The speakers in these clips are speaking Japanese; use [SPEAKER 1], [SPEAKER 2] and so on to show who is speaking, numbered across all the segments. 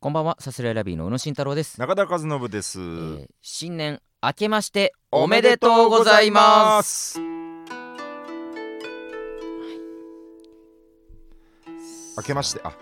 [SPEAKER 1] こんばんは、サスライラビーの宇野慎太郎です。
[SPEAKER 2] 中田和信です、
[SPEAKER 1] えー新年明けましておめでとうございます。
[SPEAKER 2] す明けましてあ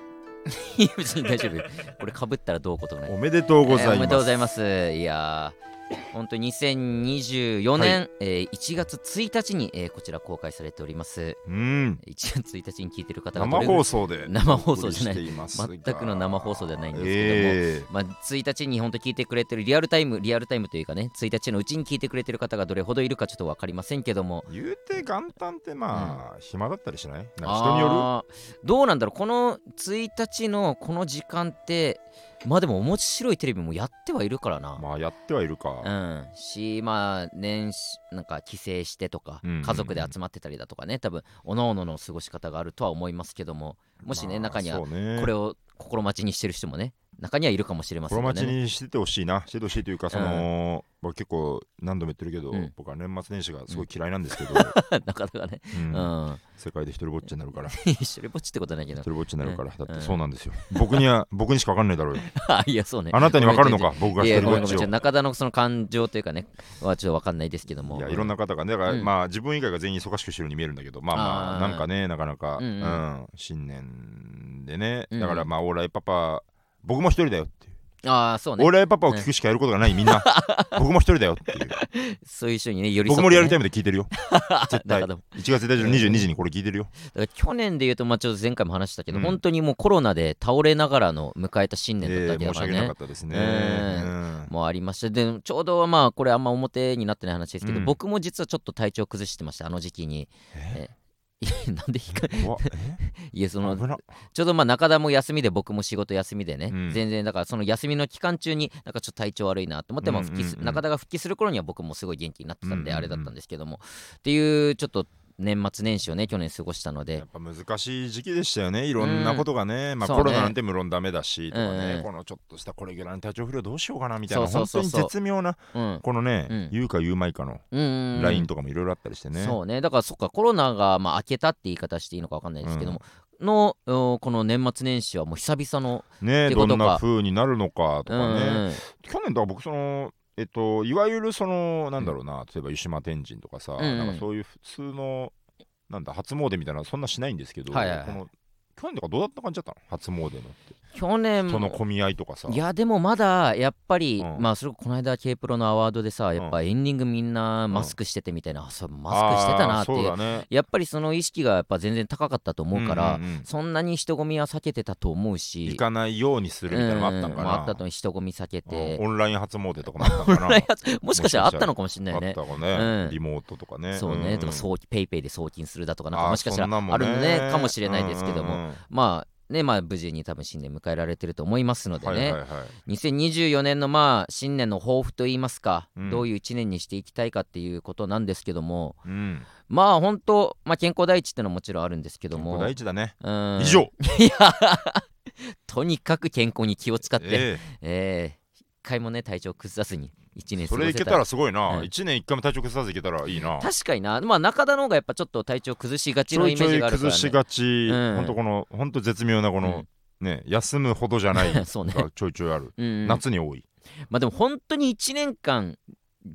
[SPEAKER 1] いや別に大丈夫。 これ被ったらどうことない。
[SPEAKER 2] おめでとうご
[SPEAKER 1] えー
[SPEAKER 2] ざ
[SPEAKER 1] お
[SPEAKER 2] い
[SPEAKER 1] めでとう
[SPEAKER 2] ます、
[SPEAKER 1] ございます。いやー、本当に2024年、えー1月1日に、えーこちら公開されております。
[SPEAKER 2] うん
[SPEAKER 1] 1月1日に聞いてる方が
[SPEAKER 2] 生
[SPEAKER 1] どれぐら
[SPEAKER 2] 放
[SPEAKER 1] い
[SPEAKER 2] 送で
[SPEAKER 1] 生放送じゃない
[SPEAKER 2] お送りしていますが
[SPEAKER 1] 全くの生放送ではないんですけども
[SPEAKER 2] え
[SPEAKER 1] まあ、1日に本当聞いてくれてるリアルタイム、リアルタイムというかね、1日のうちに聞いてくれてる方がどれほどいるかちょっとわかりませんけども、
[SPEAKER 2] え言うて元旦ってまあ、暇だったりしないなんか人による
[SPEAKER 1] あーどうなんだろうこの1日のこの時間ってまあでも面白いテレビもやってはいるからな、
[SPEAKER 2] まあやってはいるか、
[SPEAKER 1] うんしまあ年始なんか帰省してとか、
[SPEAKER 2] うんうんうん
[SPEAKER 1] 家族で集まってたりだとかね多分おのおのの過ごし方があるとは思いますけどももしね、
[SPEAKER 2] まあ
[SPEAKER 1] 中には
[SPEAKER 2] そうね
[SPEAKER 1] これを心待ちにしてる人もね中にはいるかもしれません
[SPEAKER 2] 心
[SPEAKER 1] がね
[SPEAKER 2] 待ちにしててほしいな、しててほしいというか、その、僕結構何度も言ってるけど、
[SPEAKER 1] うん
[SPEAKER 2] 僕は年末年始がすごい嫌いなんですけ ど、
[SPEAKER 1] なかなかね、
[SPEAKER 2] うん
[SPEAKER 1] うん、
[SPEAKER 2] 世界で一人ぼっちになるから、一
[SPEAKER 1] 一人ぼっちってことはないけ ど
[SPEAKER 2] 人ぼっちになるから、だっ
[SPEAKER 1] うん
[SPEAKER 2] てそうなんですよ。僕には、僕にしか分かんないだろうよ。
[SPEAKER 1] あいやそうね
[SPEAKER 2] あなたに分かるのか、僕が
[SPEAKER 1] い
[SPEAKER 2] 一
[SPEAKER 1] や
[SPEAKER 2] 人
[SPEAKER 1] ご
[SPEAKER 2] ぼ
[SPEAKER 1] めん
[SPEAKER 2] っ
[SPEAKER 1] ごめんち
[SPEAKER 2] ちを
[SPEAKER 1] ょっと。中田のその感情というかねはちょっとわかんないですけども
[SPEAKER 2] いやいろんな方がね、だから、
[SPEAKER 1] うん
[SPEAKER 2] まあ自分以外が全員忙しくしてるように見えるんだけど、まあま
[SPEAKER 1] あー
[SPEAKER 2] あ、なんかね、なかなか、
[SPEAKER 1] う
[SPEAKER 2] うんん
[SPEAKER 1] うん
[SPEAKER 2] 新年でね、
[SPEAKER 1] うん
[SPEAKER 2] だからまあ、オーライパパ、僕も一人だよっていう。
[SPEAKER 1] ああそう
[SPEAKER 2] オー
[SPEAKER 1] ね
[SPEAKER 2] ライパパを聞くしかやることがない、みんな。 僕も一人だよって いう。
[SPEAKER 1] そういう人にね寄り添っ
[SPEAKER 2] 僕
[SPEAKER 1] て、ね、
[SPEAKER 2] もリアルタイムで聞い てるよ。絶対
[SPEAKER 1] 中田も
[SPEAKER 2] 1月1日の22時にこれ聞いてるよ。
[SPEAKER 1] だから去年で言うと、まあ、ちょっと前回も話したけど、
[SPEAKER 2] うん
[SPEAKER 1] 本当にもうコロナで倒れながらの迎えた新年だったわ
[SPEAKER 2] え
[SPEAKER 1] け
[SPEAKER 2] え
[SPEAKER 1] だ
[SPEAKER 2] 申
[SPEAKER 1] か
[SPEAKER 2] し
[SPEAKER 1] らね、
[SPEAKER 2] 訳なかったですね。
[SPEAKER 1] ええ
[SPEAKER 2] うん
[SPEAKER 1] もうありましたでちょうどまあこれあんま表になってない話ですけど、
[SPEAKER 2] うん
[SPEAKER 1] 僕も実はちょっと体調崩してましたあの時期にえいや なんでいいか
[SPEAKER 2] 怖っえ
[SPEAKER 1] いやその
[SPEAKER 2] 危な
[SPEAKER 1] ちょうどまあ中田も休みで僕も仕事休みでね、
[SPEAKER 2] うん
[SPEAKER 1] 全然だからその休みの期間中になんかちょっと体調悪いなと思って、まあ
[SPEAKER 2] うんうん
[SPEAKER 1] 復
[SPEAKER 2] う
[SPEAKER 1] 帰
[SPEAKER 2] ん
[SPEAKER 1] す中田が復帰する頃には僕もすごい元気になってたんで
[SPEAKER 2] うん
[SPEAKER 1] あ
[SPEAKER 2] う
[SPEAKER 1] れ
[SPEAKER 2] んうん
[SPEAKER 1] だったんですけども、っていうちょっと年末年始をね去年過ごしたので
[SPEAKER 2] やっぱ難しい時期でしたよね、いろんなことがね、まあ、
[SPEAKER 1] そうね
[SPEAKER 2] コロナなんて無論ダメだし、とかね
[SPEAKER 1] うんうん
[SPEAKER 2] このちょっとしたこれぐらいの体調不良どうしようかなみたいな、
[SPEAKER 1] そう
[SPEAKER 2] 本
[SPEAKER 1] そう
[SPEAKER 2] 当
[SPEAKER 1] そう
[SPEAKER 2] に
[SPEAKER 1] そう
[SPEAKER 2] 絶妙な、
[SPEAKER 1] うん
[SPEAKER 2] このね、
[SPEAKER 1] うん
[SPEAKER 2] 言うか言うまいかの
[SPEAKER 1] うんうんうん
[SPEAKER 2] ラインとかもいろいろあったりしてね、
[SPEAKER 1] そうねだからそっかコロナがまあ明けたって言い方していいのか分かんないですけども、のおこの年末年始はもう久々の、っ
[SPEAKER 2] ね
[SPEAKER 1] てこと
[SPEAKER 2] ど
[SPEAKER 1] か
[SPEAKER 2] んな風になるのかと
[SPEAKER 1] うん
[SPEAKER 2] かね、
[SPEAKER 1] うん
[SPEAKER 2] 去年、だから僕その、えっと、いわゆるその、なんだろうな、例えば湯島天神とかさ、
[SPEAKER 1] んうん
[SPEAKER 2] なんかそういう普通の、なんだ、初詣みたいな、そんなしないんですけど、
[SPEAKER 1] はいはいはい
[SPEAKER 2] この去年とかどうだった感じだったの初詣のって
[SPEAKER 1] 去年
[SPEAKER 2] 人の混み合いとかさ。
[SPEAKER 1] いやでもまだやっぱり、
[SPEAKER 2] うん
[SPEAKER 1] まあそれこそこの間 K プロのアワードでさやっぱエンディングみんなマスクしててみたいな、あそうマスクしてたなって
[SPEAKER 2] あー
[SPEAKER 1] いう
[SPEAKER 2] そうだね
[SPEAKER 1] やっぱりその意識がやっぱ全然高かったと思うから、
[SPEAKER 2] んんん
[SPEAKER 1] そんなに人混みは避けてたと思うし
[SPEAKER 2] 行かないようにするみたいなのもあったん
[SPEAKER 1] う
[SPEAKER 2] か
[SPEAKER 1] ん
[SPEAKER 2] な、
[SPEAKER 1] まああったと人混み避けて、
[SPEAKER 2] うんオンライン初�詣とかもあったんかな
[SPEAKER 1] もしかしたらあったのかもしれない
[SPEAKER 2] あ
[SPEAKER 1] ね
[SPEAKER 2] っ。たかね、
[SPEAKER 1] うん
[SPEAKER 2] リモートとかね
[SPEAKER 1] そうね、
[SPEAKER 2] んん
[SPEAKER 1] とか送ペイペイで送金するだとかなんか
[SPEAKER 2] あ
[SPEAKER 1] もしかした
[SPEAKER 2] そんな
[SPEAKER 1] ら
[SPEAKER 2] んも
[SPEAKER 1] あるのね
[SPEAKER 2] ね
[SPEAKER 1] かもしれないですけども、
[SPEAKER 2] うんうんうん
[SPEAKER 1] まあねまあ無事に多分新年迎えられてると思いますのでね、
[SPEAKER 2] はいはいはい
[SPEAKER 1] 2024年のまあ新年の抱負といいますか、
[SPEAKER 2] うん
[SPEAKER 1] どういう1年にしていきたいかっていうことなんですけども
[SPEAKER 2] うん
[SPEAKER 1] まあ本当、まあ、健康第一ってのはもちろんあるんですけど
[SPEAKER 2] こ
[SPEAKER 1] も
[SPEAKER 2] こ第一だね、
[SPEAKER 1] うん
[SPEAKER 2] 以上
[SPEAKER 1] いやとにかく健康に気を使って、え
[SPEAKER 2] え
[SPEAKER 1] え一回もね体調崩さずに1
[SPEAKER 2] え
[SPEAKER 1] 年過
[SPEAKER 2] そ
[SPEAKER 1] ごせ
[SPEAKER 2] れいけたらすごいな、
[SPEAKER 1] うん
[SPEAKER 2] 一年一回も体調崩さずいけたらいいな
[SPEAKER 1] 確かにな、まあ、中田の方がやっぱちょっと体調崩しがち
[SPEAKER 2] ち
[SPEAKER 1] の
[SPEAKER 2] ょ
[SPEAKER 1] イ
[SPEAKER 2] い
[SPEAKER 1] メ
[SPEAKER 2] ち
[SPEAKER 1] ー
[SPEAKER 2] ょ
[SPEAKER 1] ジ
[SPEAKER 2] い
[SPEAKER 1] があるから、
[SPEAKER 2] 崩
[SPEAKER 1] ね、
[SPEAKER 2] しがち、
[SPEAKER 1] うん
[SPEAKER 2] ほんとこのほんと絶妙なこの、ね休むほどじゃない
[SPEAKER 1] そうね、
[SPEAKER 2] が ちょいちょいある、
[SPEAKER 1] うんうん
[SPEAKER 2] 夏に多い
[SPEAKER 1] まあでも本当に1年間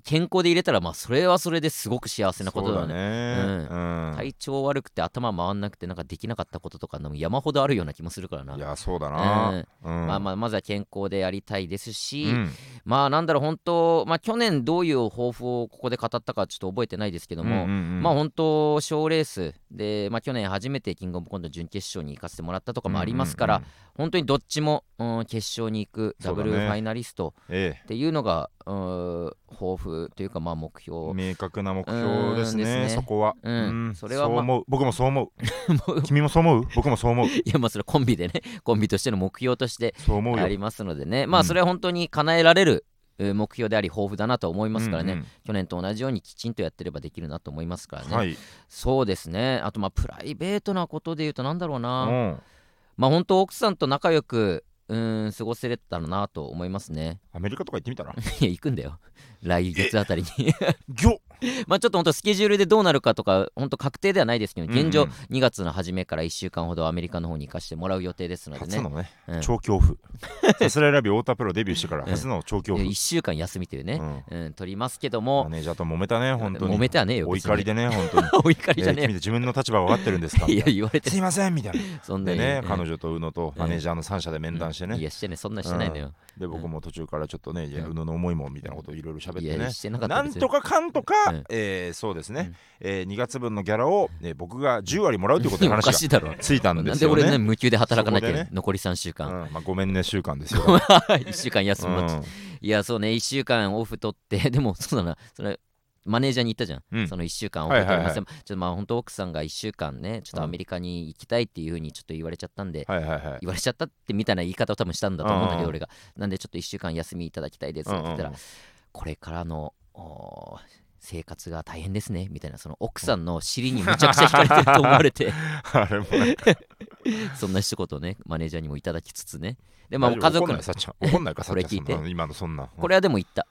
[SPEAKER 1] 健康で入れたらまあそれはそれですごく幸せなことだ
[SPEAKER 2] そう
[SPEAKER 1] ね
[SPEAKER 2] だね、うん
[SPEAKER 1] 体調悪くて頭回んなくてなんかできなかったこととかの山ほどあるような気もするからない
[SPEAKER 2] やそうだな、うん
[SPEAKER 1] まあまあまずは健康でありたいですし、
[SPEAKER 2] うん
[SPEAKER 1] まあなんだろう本当まあ去年どういう抱負をここで語ったかちょっと覚えてないですけども、
[SPEAKER 2] うんうんうん
[SPEAKER 1] まあ本当賞レースで、まあ、去年初めてキングオブコント準決勝に行かせてもらったとかもありますから、
[SPEAKER 2] うんうんうん
[SPEAKER 1] 本当にどっちも、うん、決勝に行くダブル
[SPEAKER 2] そ
[SPEAKER 1] フ
[SPEAKER 2] うだね
[SPEAKER 1] ァイナリスト
[SPEAKER 2] え
[SPEAKER 1] っていうのがうん抱負というかまあ目標
[SPEAKER 2] え、明確な目標ですね
[SPEAKER 1] うんですね
[SPEAKER 2] そこは、
[SPEAKER 1] うんそ
[SPEAKER 2] そ
[SPEAKER 1] れ
[SPEAKER 2] れ
[SPEAKER 1] は
[SPEAKER 2] は、
[SPEAKER 1] まあ
[SPEAKER 2] そう思う僕もそう思う
[SPEAKER 1] も う
[SPEAKER 2] 君もそう思う僕もそ う思う
[SPEAKER 1] いやまあそれコンビでねコンビとしての目標として
[SPEAKER 2] そう思うよ
[SPEAKER 1] ありますのでねまあ
[SPEAKER 2] うん
[SPEAKER 1] それは本当に叶えられるえー目標であり抱負だなと思いますからね、
[SPEAKER 2] うんうん
[SPEAKER 1] 去年と同じようにきちんとやってればできるなと思いますからね、
[SPEAKER 2] はい、
[SPEAKER 1] そうですねあとまあプライベートなことで言うとなんだろう
[SPEAKER 2] う
[SPEAKER 1] な、
[SPEAKER 2] ん、
[SPEAKER 1] まあ本当奥さんと仲良くうーん過ごせれたらなと思いますね
[SPEAKER 2] アメリカとか行ってみたら
[SPEAKER 1] いや行くんだよ来月あたりに
[SPEAKER 2] ギョ
[SPEAKER 1] まあちょっと本当スケジュールでどうなるかとか本当確定ではないですけど現状
[SPEAKER 2] うん
[SPEAKER 1] 2月の初めから1週間ほどアメリカの方に行かせてもらう予定ですので
[SPEAKER 2] 初
[SPEAKER 1] ね
[SPEAKER 2] のね、
[SPEAKER 1] うん
[SPEAKER 2] 超恐怖 さすらいラビ太田プロデビューしてから初の超恐怖、
[SPEAKER 1] 1週間休みというね
[SPEAKER 2] うん
[SPEAKER 1] うん取りますけど
[SPEAKER 2] マ
[SPEAKER 1] も
[SPEAKER 2] ネージャーと揉めたね本当に
[SPEAKER 1] 揉めてはねえよ
[SPEAKER 2] お怒り
[SPEAKER 1] で
[SPEAKER 2] でね本当に
[SPEAKER 1] お怒りじゃ
[SPEAKER 2] えー
[SPEAKER 1] ね
[SPEAKER 2] 君自分の立場が分かってるんですか
[SPEAKER 1] えい
[SPEAKER 2] み
[SPEAKER 1] や
[SPEAKER 2] たい
[SPEAKER 1] 言われ
[SPEAKER 2] な
[SPEAKER 1] て
[SPEAKER 2] すいませんみたいな
[SPEAKER 1] そんな
[SPEAKER 2] で
[SPEAKER 1] に
[SPEAKER 2] ね、
[SPEAKER 1] うん
[SPEAKER 2] 彼女と宇野とマネージャーの3社で面談してね、
[SPEAKER 1] いやしてねそんなしてないのよ
[SPEAKER 2] で僕も途中からちょっとね、いや
[SPEAKER 1] うん
[SPEAKER 2] 宇野の思いもみたいなことをいろいろ喋っ
[SPEAKER 1] い
[SPEAKER 2] てね
[SPEAKER 1] やしてなかった
[SPEAKER 2] なんとかかんとか、
[SPEAKER 1] うん
[SPEAKER 2] えーそうですね、
[SPEAKER 1] うん
[SPEAKER 2] え2月分のギャラを、ね、僕が10割もらうということで
[SPEAKER 1] お
[SPEAKER 2] 話
[SPEAKER 1] か
[SPEAKER 2] が
[SPEAKER 1] しいだろ
[SPEAKER 2] ついたんで
[SPEAKER 1] なん
[SPEAKER 2] す
[SPEAKER 1] で
[SPEAKER 2] よね。
[SPEAKER 1] 俺ね無給で働かなき
[SPEAKER 2] そこで
[SPEAKER 1] ゃ
[SPEAKER 2] ね
[SPEAKER 1] 残り3週 間
[SPEAKER 2] うんまあ、ごめんね、週 間ですよ。
[SPEAKER 1] 1週間休
[SPEAKER 2] う
[SPEAKER 1] むの
[SPEAKER 2] ん、
[SPEAKER 1] いやそうね1週間オフ取って でもそうだなそれマネージャーに言ったじゃん、
[SPEAKER 2] うん
[SPEAKER 1] その1週間オフ取りません、
[SPEAKER 2] はいはい
[SPEAKER 1] ちょっとまあ本当奥さんが1週間ねちょっとアメリカに行きたいっていうふうにちょっと言われちゃったんで、
[SPEAKER 2] はいはいはい。
[SPEAKER 1] 言われちゃったってみたいな言い方を多分したんだと思うんだけ
[SPEAKER 2] うん
[SPEAKER 1] ど
[SPEAKER 2] うん
[SPEAKER 1] 俺がなんでちょっと1週間休みいただきたいですって言ったら、
[SPEAKER 2] うんうんうん
[SPEAKER 1] これからのおー生活が大変ですねみたいなその奥さんの尻にむちゃくちゃ惹かれてると思われ て
[SPEAKER 2] あれもね、
[SPEAKER 1] そんな一言をねマネージャーにもいただきつつねでまあ
[SPEAKER 2] 大丈
[SPEAKER 1] 家族
[SPEAKER 2] 夫怒んな
[SPEAKER 1] の
[SPEAKER 2] い、さっちゃん。怒んないか、さ
[SPEAKER 1] こ
[SPEAKER 2] っ
[SPEAKER 1] れ
[SPEAKER 2] ちゃん。
[SPEAKER 1] 聞いて
[SPEAKER 2] そんな今のそんな。
[SPEAKER 1] これはでも言った。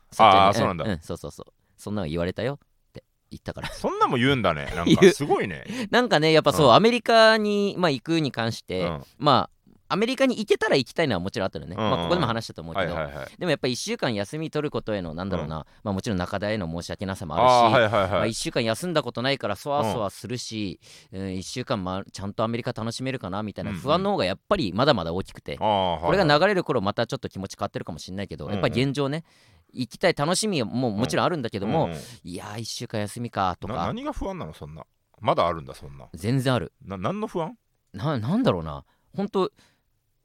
[SPEAKER 1] さっ
[SPEAKER 2] あー
[SPEAKER 1] きね
[SPEAKER 2] そうなんだ
[SPEAKER 1] うん、そうそうそう。そんなの言われたよって言ったから。
[SPEAKER 2] そんなも言うんだね。なん
[SPEAKER 1] 言
[SPEAKER 2] か
[SPEAKER 1] う
[SPEAKER 2] すごいね。
[SPEAKER 1] なんかね、やっぱそう、
[SPEAKER 2] うん
[SPEAKER 1] アメリカに、まあ、行くに関して、
[SPEAKER 2] うん
[SPEAKER 1] まあ、アメリカに行けたら行きたいのはもちろんあったのね。
[SPEAKER 2] うんうん
[SPEAKER 1] まあ、ここでも話したと思うけ
[SPEAKER 2] は
[SPEAKER 1] ど、
[SPEAKER 2] いはいはい。
[SPEAKER 1] でもやっぱり1週間休み取ることへの、なんだろうな、まあ、もちろん中田への申し訳なさもあるし、
[SPEAKER 2] ああー、はいはい
[SPEAKER 1] まあ、
[SPEAKER 2] はい
[SPEAKER 1] 1。週間休んだことないからそわそわするし、うん1週間、まあ、ちゃんとアメリカ楽しめるかなみたいな
[SPEAKER 2] うんうん
[SPEAKER 1] 不安の方がやっぱりまだまだ大きくて、
[SPEAKER 2] ああ、はい。
[SPEAKER 1] これが流れる頃またちょっと気持ち変わってるかもしれないけど、やっぱり現状ね行きたい楽しみももちろんあるんだけども、
[SPEAKER 2] うんうん
[SPEAKER 1] いやー1週間休みかと
[SPEAKER 2] な
[SPEAKER 1] か
[SPEAKER 2] 何が不安なの、そんな。まだあるんだ、そんな。
[SPEAKER 1] 全然ある
[SPEAKER 2] な何の不安
[SPEAKER 1] ななんだろうな本当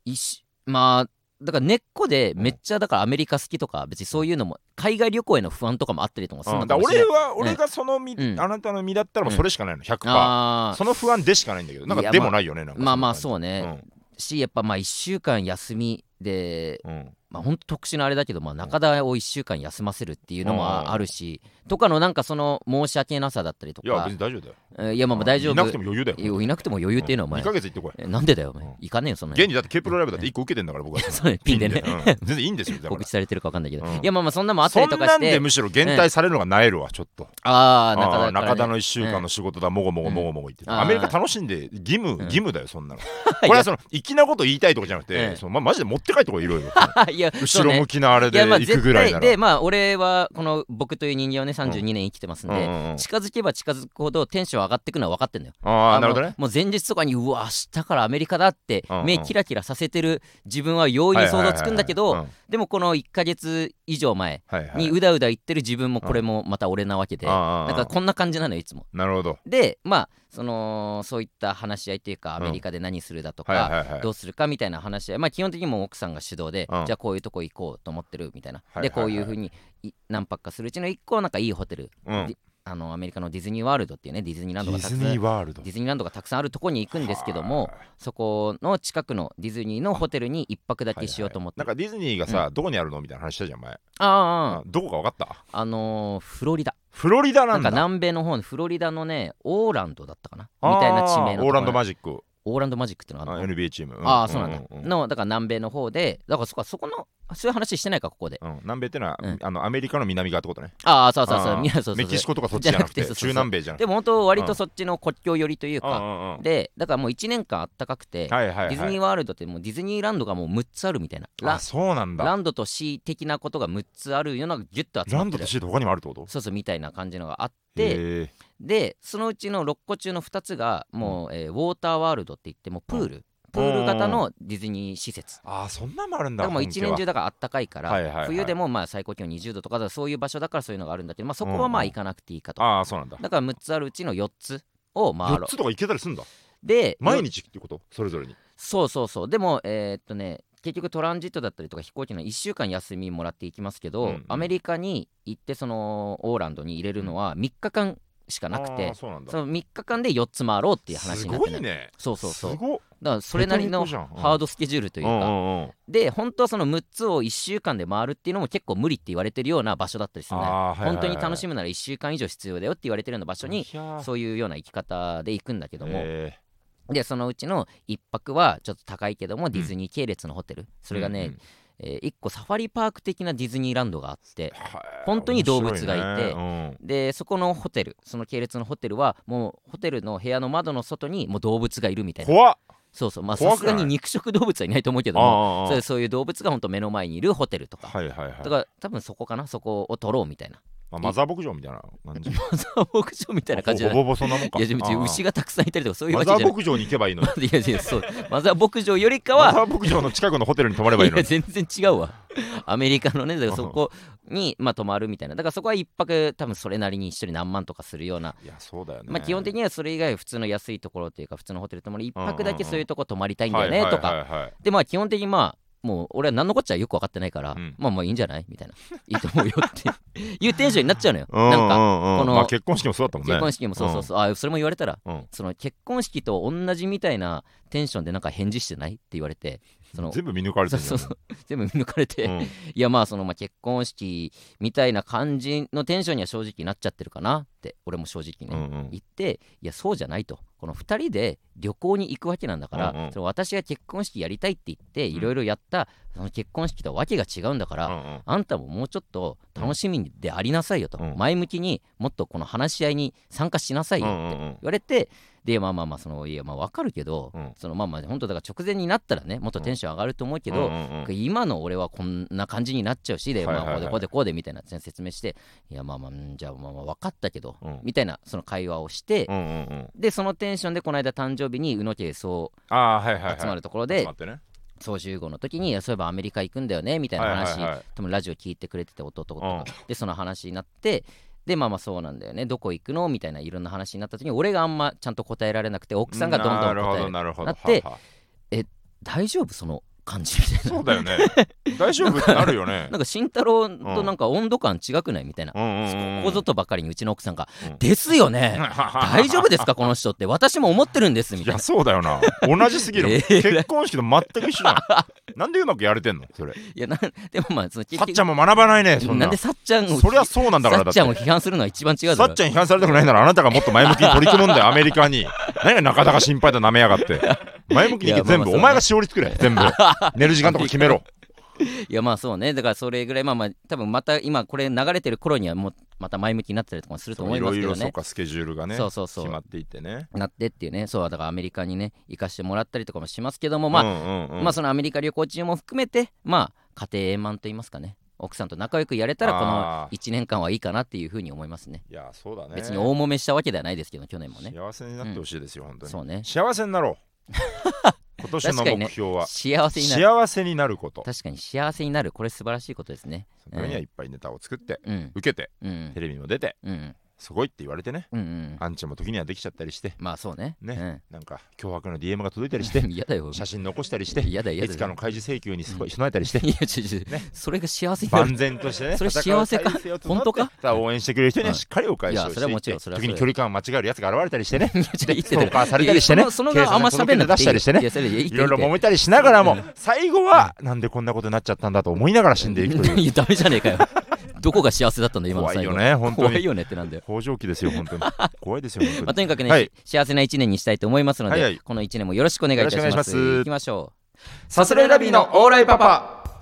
[SPEAKER 1] 一しまあだから根っこでめっちゃだからアメリカ好きとか別にそういうのも海外旅行への不安とかもあったりとかする
[SPEAKER 2] う
[SPEAKER 1] の
[SPEAKER 2] んだ
[SPEAKER 1] かもしれな
[SPEAKER 2] 俺
[SPEAKER 1] い
[SPEAKER 2] は、俺がその身、
[SPEAKER 1] うん
[SPEAKER 2] あなたの身だったらもうそれしかないの、100%。
[SPEAKER 1] あー
[SPEAKER 2] その不安でしかないんだけど、なん
[SPEAKER 1] い
[SPEAKER 2] か
[SPEAKER 1] や
[SPEAKER 2] でもないよね、なんか。
[SPEAKER 1] まあまあ
[SPEAKER 2] う
[SPEAKER 1] そう
[SPEAKER 2] ね。
[SPEAKER 1] ね、しやっぱまあ1週間休みで
[SPEAKER 2] うん。うん
[SPEAKER 1] まあ本当特殊なあれだけど、まあ、中田を1週間休ませるっていうのもあるし、とかのなんかその申し訳なさだったりと
[SPEAKER 2] いや、
[SPEAKER 1] か
[SPEAKER 2] 別に大丈夫だよ。
[SPEAKER 1] えーいやまあまあ大丈夫
[SPEAKER 2] いなくても余裕だよ。
[SPEAKER 1] いやいなくても余裕っていうのはお前
[SPEAKER 2] 2ヶ月行ってこい。
[SPEAKER 1] えなんでだよお前
[SPEAKER 2] うん
[SPEAKER 1] 行かねえよそんなの
[SPEAKER 2] 現にだって K プロライブだって1個受けてんだから僕は。
[SPEAKER 1] そうね ピンでね
[SPEAKER 2] うん全然いいんですよ。だか
[SPEAKER 1] 告
[SPEAKER 2] ら
[SPEAKER 1] 知されてるか分かんないけど、
[SPEAKER 2] うん
[SPEAKER 1] いやまあまあそんなもんあった
[SPEAKER 2] そ
[SPEAKER 1] り
[SPEAKER 2] ん
[SPEAKER 1] とか
[SPEAKER 2] な
[SPEAKER 1] し
[SPEAKER 2] んで
[SPEAKER 1] て
[SPEAKER 2] むしろ減退されるのがなえるわ、ちょっと。
[SPEAKER 1] ああ中田
[SPEAKER 2] あ
[SPEAKER 1] か
[SPEAKER 2] あ
[SPEAKER 1] ら、ね、
[SPEAKER 2] 中田の1週間の仕事だ、もごもごもごもご言っ
[SPEAKER 1] う
[SPEAKER 2] て
[SPEAKER 1] ん
[SPEAKER 2] た。アメリカ楽しんで、義務、
[SPEAKER 1] ん
[SPEAKER 2] 義務だよ、そん なの。これはその、粋なこと言いたいとかじゃなく
[SPEAKER 1] え
[SPEAKER 2] て、
[SPEAKER 1] え
[SPEAKER 2] そのまマジで持って帰ってこい、い ろいろ。
[SPEAKER 1] いや
[SPEAKER 2] 後ろ向きなあれ
[SPEAKER 1] そうねい
[SPEAKER 2] で
[SPEAKER 1] やまあ
[SPEAKER 2] 行くぐ
[SPEAKER 1] 絶
[SPEAKER 2] らい
[SPEAKER 1] 対
[SPEAKER 2] な
[SPEAKER 1] で
[SPEAKER 2] ら。
[SPEAKER 1] まあ俺はこの僕という人間をね32年生きてますんで、
[SPEAKER 2] うんうんうん
[SPEAKER 1] 近づけば近づくほどテンション上がってくのは分かってんだよ
[SPEAKER 2] あ
[SPEAKER 1] あ
[SPEAKER 2] あ、
[SPEAKER 1] の
[SPEAKER 2] なるほどね。
[SPEAKER 1] もう前日とかにうわ明日からアメリカだって
[SPEAKER 2] うんうん
[SPEAKER 1] 目キラキラさせてる自分は容易に想像つくんだけ
[SPEAKER 2] はいは
[SPEAKER 1] ど
[SPEAKER 2] い
[SPEAKER 1] でもこの1ヶ月以上前
[SPEAKER 2] はいはいうんはいはい
[SPEAKER 1] にうだうだ言ってる自分もこれもまた俺なわけで
[SPEAKER 2] ああああ
[SPEAKER 1] なんかこんな感じなのよいつも
[SPEAKER 2] なるほど。
[SPEAKER 1] でまあそのそういった話し合いというかア
[SPEAKER 2] うん
[SPEAKER 1] メリカで何するだと
[SPEAKER 2] はいはい
[SPEAKER 1] か、
[SPEAKER 2] はい
[SPEAKER 1] ど。うするかみたいな話し合いまあ基本的にもう奥さんが主導で、
[SPEAKER 2] うん
[SPEAKER 1] じゃあこういうとこ行こうと思ってるみたいな、
[SPEAKER 2] はいはいはい
[SPEAKER 1] でこういうふうにい何泊かするうちの1個なんかいいホテル、
[SPEAKER 2] うん
[SPEAKER 1] であのアメリカのディズニーワールドっていうねディズニーランド
[SPEAKER 2] デ
[SPEAKER 1] が
[SPEAKER 2] ィ
[SPEAKER 1] た
[SPEAKER 2] ズ
[SPEAKER 1] くさん
[SPEAKER 2] ニーワールド
[SPEAKER 1] ディ。ズニーランドがたくさんあるとこに行くんですけどもそこの近くのディズニーのホテルに1泊だけしようと思って
[SPEAKER 2] なんかディズニーがさ、どこにあるのみたいな話したじゃん前、
[SPEAKER 1] あああ
[SPEAKER 2] どこか分かった
[SPEAKER 1] ああのーフロリダ
[SPEAKER 2] フロリダな
[SPEAKER 1] なん
[SPEAKER 2] ん
[SPEAKER 1] か
[SPEAKER 2] だ
[SPEAKER 1] 南米の方のフロリダのねオーランドだったかなみたいな地名のとこ
[SPEAKER 2] あ
[SPEAKER 1] ろ
[SPEAKER 2] ーオーランドマジック
[SPEAKER 1] オーランドマジックっていうの
[SPEAKER 2] あ
[SPEAKER 1] があ
[SPEAKER 2] の
[SPEAKER 1] るの
[SPEAKER 2] NBA チーム、
[SPEAKER 1] ああそうなんだ、
[SPEAKER 2] う
[SPEAKER 1] のだから南米の方でだからそこはそこのあそういう話してないかここで
[SPEAKER 2] うん南米ってのは、
[SPEAKER 1] うん
[SPEAKER 2] あのアメリカの南側ってことね
[SPEAKER 1] ああそうそうそう
[SPEAKER 2] あー
[SPEAKER 1] みんなそうそうそう
[SPEAKER 2] メキシコとかそっちじゃなくて
[SPEAKER 1] じゃ なくてそうそうそう
[SPEAKER 2] 中南米じゃなくて
[SPEAKER 1] でも本当割とそっちの国境寄りという
[SPEAKER 2] うんう
[SPEAKER 1] か、
[SPEAKER 2] んうん
[SPEAKER 1] でだからもう1年間あったかくて、
[SPEAKER 2] はいはいはい
[SPEAKER 1] ディズニーワールドってもうディズニーランドがもう6つあるみたいな
[SPEAKER 2] あ
[SPEAKER 1] ラ
[SPEAKER 2] そうなんだ
[SPEAKER 1] ランドとシー的なことが6つあるようなのがギュッと集
[SPEAKER 2] ラ
[SPEAKER 1] まって
[SPEAKER 2] ンドと
[SPEAKER 1] る
[SPEAKER 2] シート他にもあるってこと
[SPEAKER 1] そうそうみたいな感じのがあって
[SPEAKER 2] へー
[SPEAKER 1] でそのうちの6個中の2つがもう、えーウォーターワールドって言ってもうプール、プール型のディズニー施設
[SPEAKER 2] ああそんなのもあるん
[SPEAKER 1] だ
[SPEAKER 2] だ
[SPEAKER 1] からもう一年中
[SPEAKER 2] だ
[SPEAKER 1] だからあったかいから、
[SPEAKER 2] はいはいはい
[SPEAKER 1] 冬でもまあ最高気温20度とかだからそういう場所だからそういうのがあるんだけど、まあ、そこ
[SPEAKER 2] うんう
[SPEAKER 1] は
[SPEAKER 2] ん
[SPEAKER 1] まあ行かなくていいかと、
[SPEAKER 2] ああそうなんだ
[SPEAKER 1] だから6つあるうちの4つを回ろ
[SPEAKER 2] 4つとか行けたりすんだ
[SPEAKER 1] うで
[SPEAKER 2] 毎日ってことそれぞれに
[SPEAKER 1] そうそうそうでもえーっとね結局トランジットだったりとか飛行機の1週間休みもらっていきますけど、
[SPEAKER 2] うんうん
[SPEAKER 1] アメリカに行ってそのオーランドに入れるのは3日間しかなく
[SPEAKER 2] あ
[SPEAKER 1] て
[SPEAKER 2] ー、そうなんだ
[SPEAKER 1] その3日間で4つ回ろうっていう話
[SPEAKER 2] す
[SPEAKER 1] になって
[SPEAKER 2] ご
[SPEAKER 1] る
[SPEAKER 2] いね
[SPEAKER 1] そうそうそう
[SPEAKER 2] す
[SPEAKER 1] だか
[SPEAKER 2] ごっ
[SPEAKER 1] らそれなりの
[SPEAKER 2] ペコペコじゃんうん
[SPEAKER 1] ハードスケジュールというか、
[SPEAKER 2] うんうんうん
[SPEAKER 1] で本当はその6つを1週間で回るっていうのも結構無理って言われてるような場所だったりするね、
[SPEAKER 2] あーはいはいはい
[SPEAKER 1] 本当に楽しむなら1週間以上必要だよって言われてるような場所に
[SPEAKER 2] いやー
[SPEAKER 1] そういうような生き方で行くんだけども、
[SPEAKER 2] え
[SPEAKER 1] でそのうちの1泊はちょっと高いけどもディズニー系列のホテル、そ
[SPEAKER 2] ー
[SPEAKER 1] れがね、
[SPEAKER 2] うんうん
[SPEAKER 1] えー一個サファリパーク的なディズニーランドがあって
[SPEAKER 2] はい
[SPEAKER 1] 本当に動物がいて
[SPEAKER 2] 面白ね
[SPEAKER 1] でそこのホテルその系列のホテルはもうホテルの部屋の窓の外にもう動物がいるみた
[SPEAKER 2] うん
[SPEAKER 1] いな
[SPEAKER 2] 怖っ
[SPEAKER 1] そうそうまあ
[SPEAKER 2] 怖
[SPEAKER 1] さ
[SPEAKER 2] く
[SPEAKER 1] す
[SPEAKER 2] ない
[SPEAKER 1] がに肉食動物はいないと思うけども
[SPEAKER 2] あ
[SPEAKER 1] そうそういう動物が本当目の前にいるホテルと
[SPEAKER 2] あ
[SPEAKER 1] か、
[SPEAKER 2] はいはいはい
[SPEAKER 1] だから多分そこかなそこを取ろうみたい な
[SPEAKER 2] まあ、マザー牧場みたいな感じみ
[SPEAKER 1] 牧場みたいな感じじゃ
[SPEAKER 2] ほ
[SPEAKER 1] な
[SPEAKER 2] ぼ
[SPEAKER 1] い
[SPEAKER 2] ほぼそんなもんか
[SPEAKER 1] いやでも別に
[SPEAKER 2] ああ
[SPEAKER 1] 牛がたくさんいたりとかそういう
[SPEAKER 2] マ
[SPEAKER 1] わけじゃ
[SPEAKER 2] ザー
[SPEAKER 1] ない
[SPEAKER 2] 牧場に行けばい いのに
[SPEAKER 1] いやいやそうマザー牧場よりか
[SPEAKER 2] マ
[SPEAKER 1] は
[SPEAKER 2] ザー牧場の近くのホテルに泊まればいい
[SPEAKER 1] い
[SPEAKER 2] の
[SPEAKER 1] や
[SPEAKER 2] に
[SPEAKER 1] 全然違うわアメリカのねだからそこにまあ泊まるみたいなだからそこは一泊多分それなりに一人何万とかするようない
[SPEAKER 2] やそうだよね
[SPEAKER 1] まあ基本的にはそれ以外普通の安いところというか普通のホテル泊まり一泊だけそういうとこ泊まりたいんだよねと
[SPEAKER 2] はい
[SPEAKER 1] か
[SPEAKER 2] はいはいはい
[SPEAKER 1] でまあ基本的にまあもう俺は何のこっちゃよく分かってないから、
[SPEAKER 2] うん
[SPEAKER 1] まあまあいいんじゃない みたいないいと思うよって いうテンションになっちゃうのよ、
[SPEAKER 2] うん
[SPEAKER 1] なんか
[SPEAKER 2] うんうん
[SPEAKER 1] この
[SPEAKER 2] まあ、結婚式もそうだったもんね
[SPEAKER 1] 結婚式もそうそうそう、あそれも言われたら、
[SPEAKER 2] うん
[SPEAKER 1] その結婚式と同じみたいなテンションでなんか返事してないって言われてその
[SPEAKER 2] 全部見抜かれて
[SPEAKER 1] そう
[SPEAKER 2] る
[SPEAKER 1] そうそう全部見抜かれて、
[SPEAKER 2] んうん
[SPEAKER 1] いやまあそのまあ結婚式みたいな感じのテンションには正直なっちゃってるかなって俺も正直ね、
[SPEAKER 2] うんうん
[SPEAKER 1] 言っていやそうじゃないとこの2人で旅行に行くわけなんだから、
[SPEAKER 2] うんうん
[SPEAKER 1] その私が結婚式やりたいって言って
[SPEAKER 2] ん
[SPEAKER 1] いろいろやった、その結婚式とはわけが違うんだから、
[SPEAKER 2] うんうん
[SPEAKER 1] あんたももうちょっと楽しみでありなさいよと、
[SPEAKER 2] うん
[SPEAKER 1] 前向きにもっとこの話し合いに参加しなさいよって
[SPEAKER 2] うんうんうん
[SPEAKER 1] 言われて、でまあまあまあそのいやまあわかるけど、
[SPEAKER 2] うん
[SPEAKER 1] そのまあまあ本当だから直前になったらねもっとテンション上がると思うけど、
[SPEAKER 2] うんうんうん
[SPEAKER 1] 今の俺はこんな感じになっちゃうしで、
[SPEAKER 2] はいはいはい
[SPEAKER 1] まあ、こうでこうでこうでみたいな説明していやまあまあうんじゃあまあまあ分かったけど、
[SPEAKER 2] うん
[SPEAKER 1] みたいなその会話をして、
[SPEAKER 2] うんうんうん
[SPEAKER 1] でそのテンションでこの間誕生日に宇野家総
[SPEAKER 2] ああはいはいはい
[SPEAKER 1] 集まるところで、
[SPEAKER 2] 集まってね
[SPEAKER 1] 総集合の時にいやそういえばアメリカ行くんだよねみたいな
[SPEAKER 2] はい
[SPEAKER 1] 話、
[SPEAKER 2] はいはい
[SPEAKER 1] 多分ラジオ聞いてくれてて弟と
[SPEAKER 2] う
[SPEAKER 1] か、でその話になってでまあまあそうなんだよねどこ行くのみたいないろんな話になった時に俺があんまちゃんと答えられなくて奥さんがどんどん答える
[SPEAKER 2] なるほどなるほど
[SPEAKER 1] なって
[SPEAKER 2] はは
[SPEAKER 1] 大丈夫その感じみたいな
[SPEAKER 2] そうだ よね大丈夫ってなるよね
[SPEAKER 1] なんか慎太郎となんか温度感違くないみたいな、
[SPEAKER 2] うんうんうん
[SPEAKER 1] ここぞとばかりにうちの奥さんが「
[SPEAKER 2] うん
[SPEAKER 1] ですよね大丈夫です かこの人って私も思ってるんです」み
[SPEAKER 2] い
[SPEAKER 1] たい
[SPEAKER 2] や
[SPEAKER 1] な。
[SPEAKER 2] そうだよな同じすぎ る、
[SPEAKER 1] えー
[SPEAKER 2] 結婚式と全く一緒じゃん なんでうまくやれてんのそれ
[SPEAKER 1] いやなんでもまあその
[SPEAKER 2] さっちゃんも学ばないねそんな
[SPEAKER 1] なんでさっちゃんを
[SPEAKER 2] そりゃそうなんだから
[SPEAKER 1] さ
[SPEAKER 2] だ
[SPEAKER 1] っち
[SPEAKER 2] って
[SPEAKER 1] ゃんを批判するのは一番違うだろ
[SPEAKER 2] さっちゃん批判されたくないならあなたがもっと前向きに取り組むんだ よアメリカに何がなかなか心配だなめやがって前向きに行け
[SPEAKER 1] いやまあまあ
[SPEAKER 2] 全部
[SPEAKER 1] そうね
[SPEAKER 2] お前がしおり作れ 全部寝る時間とか決めろ
[SPEAKER 1] いやまあそうねだからそれぐらいまあまあ多分また今これ流れてる頃にはもうまた前向きになってたりとかもすると思
[SPEAKER 2] い
[SPEAKER 1] いま
[SPEAKER 2] ろ
[SPEAKER 1] す
[SPEAKER 2] い
[SPEAKER 1] け
[SPEAKER 2] ろ
[SPEAKER 1] ど
[SPEAKER 2] そう
[SPEAKER 1] ね
[SPEAKER 2] かスケジュールがね
[SPEAKER 1] そうそうそう
[SPEAKER 2] 決まっていってね
[SPEAKER 1] なってっていうねそうだからアメリカにね行かしてもらったりとかもしますけどもまあ、
[SPEAKER 2] あ
[SPEAKER 1] まあそのアメリカ旅行中も含めてまあ家庭円満と言いますかね奥さんと仲良くやれたらこの
[SPEAKER 2] あー
[SPEAKER 1] 1年間はいいかなっていうふうに思いますね
[SPEAKER 2] いやそうだね
[SPEAKER 1] 別に大揉めしたわけではないですけど去年もね
[SPEAKER 2] 幸せになってほしいですよ、本当に
[SPEAKER 1] そうね
[SPEAKER 2] 幸せになろう今年の目標は、
[SPEAKER 1] 幸せになる
[SPEAKER 2] 幸せになること
[SPEAKER 1] 確かに幸せになるこれ素晴らしいことですね
[SPEAKER 2] そのためにはいっぱいネタを作って
[SPEAKER 1] うん
[SPEAKER 2] 受けて
[SPEAKER 1] うん
[SPEAKER 2] テレビにも出て
[SPEAKER 1] うん
[SPEAKER 2] すごいって言われてね
[SPEAKER 1] うんうん
[SPEAKER 2] アンチも時にはできちゃったりして
[SPEAKER 1] まあそうね
[SPEAKER 2] ね、なんか脅迫の DM が届いたりし
[SPEAKER 1] う
[SPEAKER 2] て
[SPEAKER 1] ん 嫌だよ
[SPEAKER 2] 写真残したりして
[SPEAKER 1] 嫌だ嫌
[SPEAKER 2] い
[SPEAKER 1] だ
[SPEAKER 2] つかの開示請求にすごい備えた りして
[SPEAKER 1] いやちょちょそれが幸せにな
[SPEAKER 2] 万
[SPEAKER 1] る
[SPEAKER 2] 全としてね
[SPEAKER 1] それ
[SPEAKER 2] 戦う
[SPEAKER 1] 幸せか
[SPEAKER 2] 体制を整って
[SPEAKER 1] 本当か
[SPEAKER 2] ただ応援してくれる人には
[SPEAKER 1] うん
[SPEAKER 2] しっかりお返しを
[SPEAKER 1] いや
[SPEAKER 2] して
[SPEAKER 1] そ
[SPEAKER 2] い
[SPEAKER 1] れは
[SPEAKER 2] っ
[SPEAKER 1] もち
[SPEAKER 2] て
[SPEAKER 1] ろんそれは
[SPEAKER 2] 時に距離感を間違えるやつが現れたりしてね
[SPEAKER 1] いや
[SPEAKER 2] で
[SPEAKER 1] ち
[SPEAKER 2] ス
[SPEAKER 1] ょ
[SPEAKER 2] ト
[SPEAKER 1] 言って
[SPEAKER 2] ーカーされたりして
[SPEAKER 1] い
[SPEAKER 2] ね
[SPEAKER 1] やそのその側あんま喋んなくていい
[SPEAKER 2] 警察に届け出したりして
[SPEAKER 1] い
[SPEAKER 2] ね
[SPEAKER 1] やそれいやいいって
[SPEAKER 2] いろいろ揉めたりしながらも最後はなんでこんなことになっちゃったんだと思いながら死んでいくという
[SPEAKER 1] いやダメじゃねえかよどこが幸せだったんだ今の
[SPEAKER 2] 怖い
[SPEAKER 1] 最後
[SPEAKER 2] よね本当
[SPEAKER 1] 怖い
[SPEAKER 2] に
[SPEAKER 1] よねってなんだよ
[SPEAKER 2] 工場期ですよ 本当に怖いですよ
[SPEAKER 1] まあ、
[SPEAKER 2] 本
[SPEAKER 1] と
[SPEAKER 2] 当
[SPEAKER 1] に
[SPEAKER 2] に
[SPEAKER 1] かくね、
[SPEAKER 2] はい
[SPEAKER 1] し幸せな一年にしたいと思いますので、
[SPEAKER 2] はいはい
[SPEAKER 1] この一年もよろしくお願いいたし
[SPEAKER 2] よろしくお願
[SPEAKER 1] ま
[SPEAKER 2] いし
[SPEAKER 1] す。
[SPEAKER 2] ます
[SPEAKER 1] いきましょう。
[SPEAKER 2] さすらいラビーのオーライパパ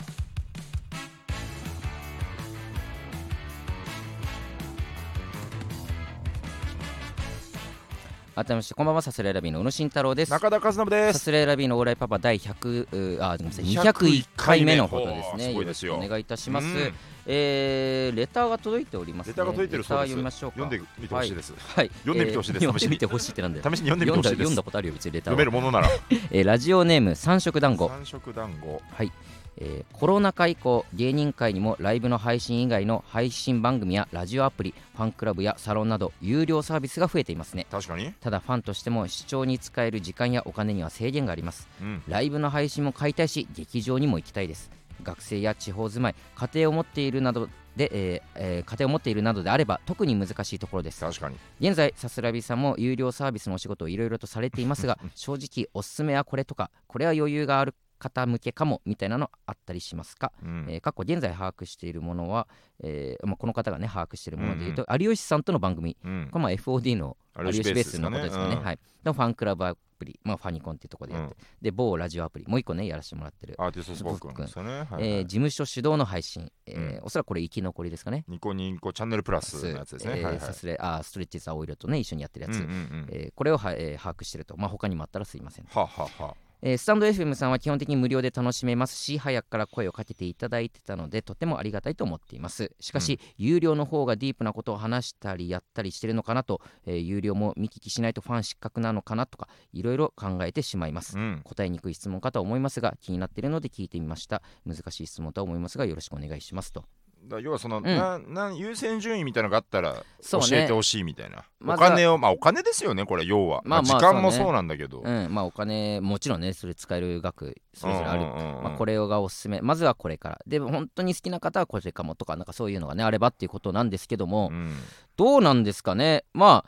[SPEAKER 1] 改めまして、こんばんは、さすらいラビーの宇野慎太郎です。
[SPEAKER 2] 中田和信で
[SPEAKER 1] さ
[SPEAKER 2] す
[SPEAKER 1] すらいラビーのオーライパパ第100うーあごめんなさい
[SPEAKER 2] 201
[SPEAKER 1] 201回目のことです
[SPEAKER 2] おー
[SPEAKER 1] ね。
[SPEAKER 2] すごいですよ
[SPEAKER 1] ろしくお願いいたします。
[SPEAKER 2] うん
[SPEAKER 1] えーレターが届いております、ね。
[SPEAKER 2] レターが届いてるそうです
[SPEAKER 1] レター読みましょうか。
[SPEAKER 2] 読んでみてほしいです
[SPEAKER 1] はい。はい、
[SPEAKER 2] 読んでみてほしいです
[SPEAKER 1] えー読んでみてほしいってなんだよ。
[SPEAKER 2] 試しに読んでみてほしいで
[SPEAKER 1] 読んだ読ん
[SPEAKER 2] す
[SPEAKER 1] だことあるよ別にレター
[SPEAKER 2] 読
[SPEAKER 1] は
[SPEAKER 2] めるものなら
[SPEAKER 1] えーラジオネーム三色団子
[SPEAKER 2] 三色団子
[SPEAKER 1] はい、えーコロナ禍以降芸人界にもライブの配信以外の配信番組やラジオアプリファンクラブやサロンなど有料サービスが増えていますね
[SPEAKER 2] 確かに
[SPEAKER 1] ただファンとしても視聴に使える時間やお金には制限があります
[SPEAKER 2] うん
[SPEAKER 1] ライブの配信も解体し劇場にも行きたいです学生や地方住まい家庭を持っているなどで、えーえー家庭を持っているなどであれば特に難しいところです
[SPEAKER 2] 確かに
[SPEAKER 1] 現在さすらびさんも 有料サービスのお仕事をいろいろとされていますが正直おすすめはこれとかこれは余裕がある傾けかもみたいなのあったりしますか、
[SPEAKER 2] うん
[SPEAKER 1] えー、過去現在把握しているものは、えーまあ、この方がね把握しているものでいうと、有吉さんとの番組
[SPEAKER 2] うん
[SPEAKER 1] これまあ FOD の有吉ベースのことですよね。
[SPEAKER 2] うん
[SPEAKER 1] はい、のファンクラブアプリ、まあ、ファニコンっていうところでやって、で某ラジオアプリもう一個ねやらせてもらってる、
[SPEAKER 2] アーティストスポークンですよね。はいはい
[SPEAKER 1] えー事務所主導の配信、えーおそらくこれ生き残りですかね。
[SPEAKER 2] ニコニコチャンネルプラスのやつですね。
[SPEAKER 1] えー
[SPEAKER 2] はいはい
[SPEAKER 1] さすれあーストレッチーズ青色とね一緒にやってるやつ、
[SPEAKER 2] うんうんうん
[SPEAKER 1] えーこれをは、えー把握してると、まあ、他にもあったらすいません、
[SPEAKER 2] ははは。
[SPEAKER 1] えースタンド FM さんは基本的に無料で楽しめますし早くから声をかけていただいてたのでとてもありがたいと思っていますしかし、有料の方がディープなことを話したりやったりしてるのかなと、えー有料も見聞きしないとファン失格なのかなとかいろいろ考えてしまいます、
[SPEAKER 2] うん。
[SPEAKER 1] 答えにくい質問かとは思いますが気になっているので聞いてみました難しい質問とは思いますがよろしくお願いしますと
[SPEAKER 2] だから要はその、
[SPEAKER 1] ん
[SPEAKER 2] ななん優先順位みたいなのがあったら
[SPEAKER 1] そ
[SPEAKER 2] 教
[SPEAKER 1] うね
[SPEAKER 2] えてほしいみたいな、
[SPEAKER 1] ま
[SPEAKER 2] お
[SPEAKER 1] ずは
[SPEAKER 2] 金をまあお金ですよねこれ要は、
[SPEAKER 1] ま
[SPEAKER 2] ま
[SPEAKER 1] あ
[SPEAKER 2] あ
[SPEAKER 1] まあ
[SPEAKER 2] 時間も
[SPEAKER 1] そうね
[SPEAKER 2] そうなんだけど、
[SPEAKER 1] うんまあお金もちろんねそれ使える額それぞれある、
[SPEAKER 2] うんうんうんうん
[SPEAKER 1] まあ、これがおすすめまずはこれからでも本当に好きな方はこれかもとかなんかそういうのがねあればっていうことなんですけども、
[SPEAKER 2] うん
[SPEAKER 1] どうなんですかねま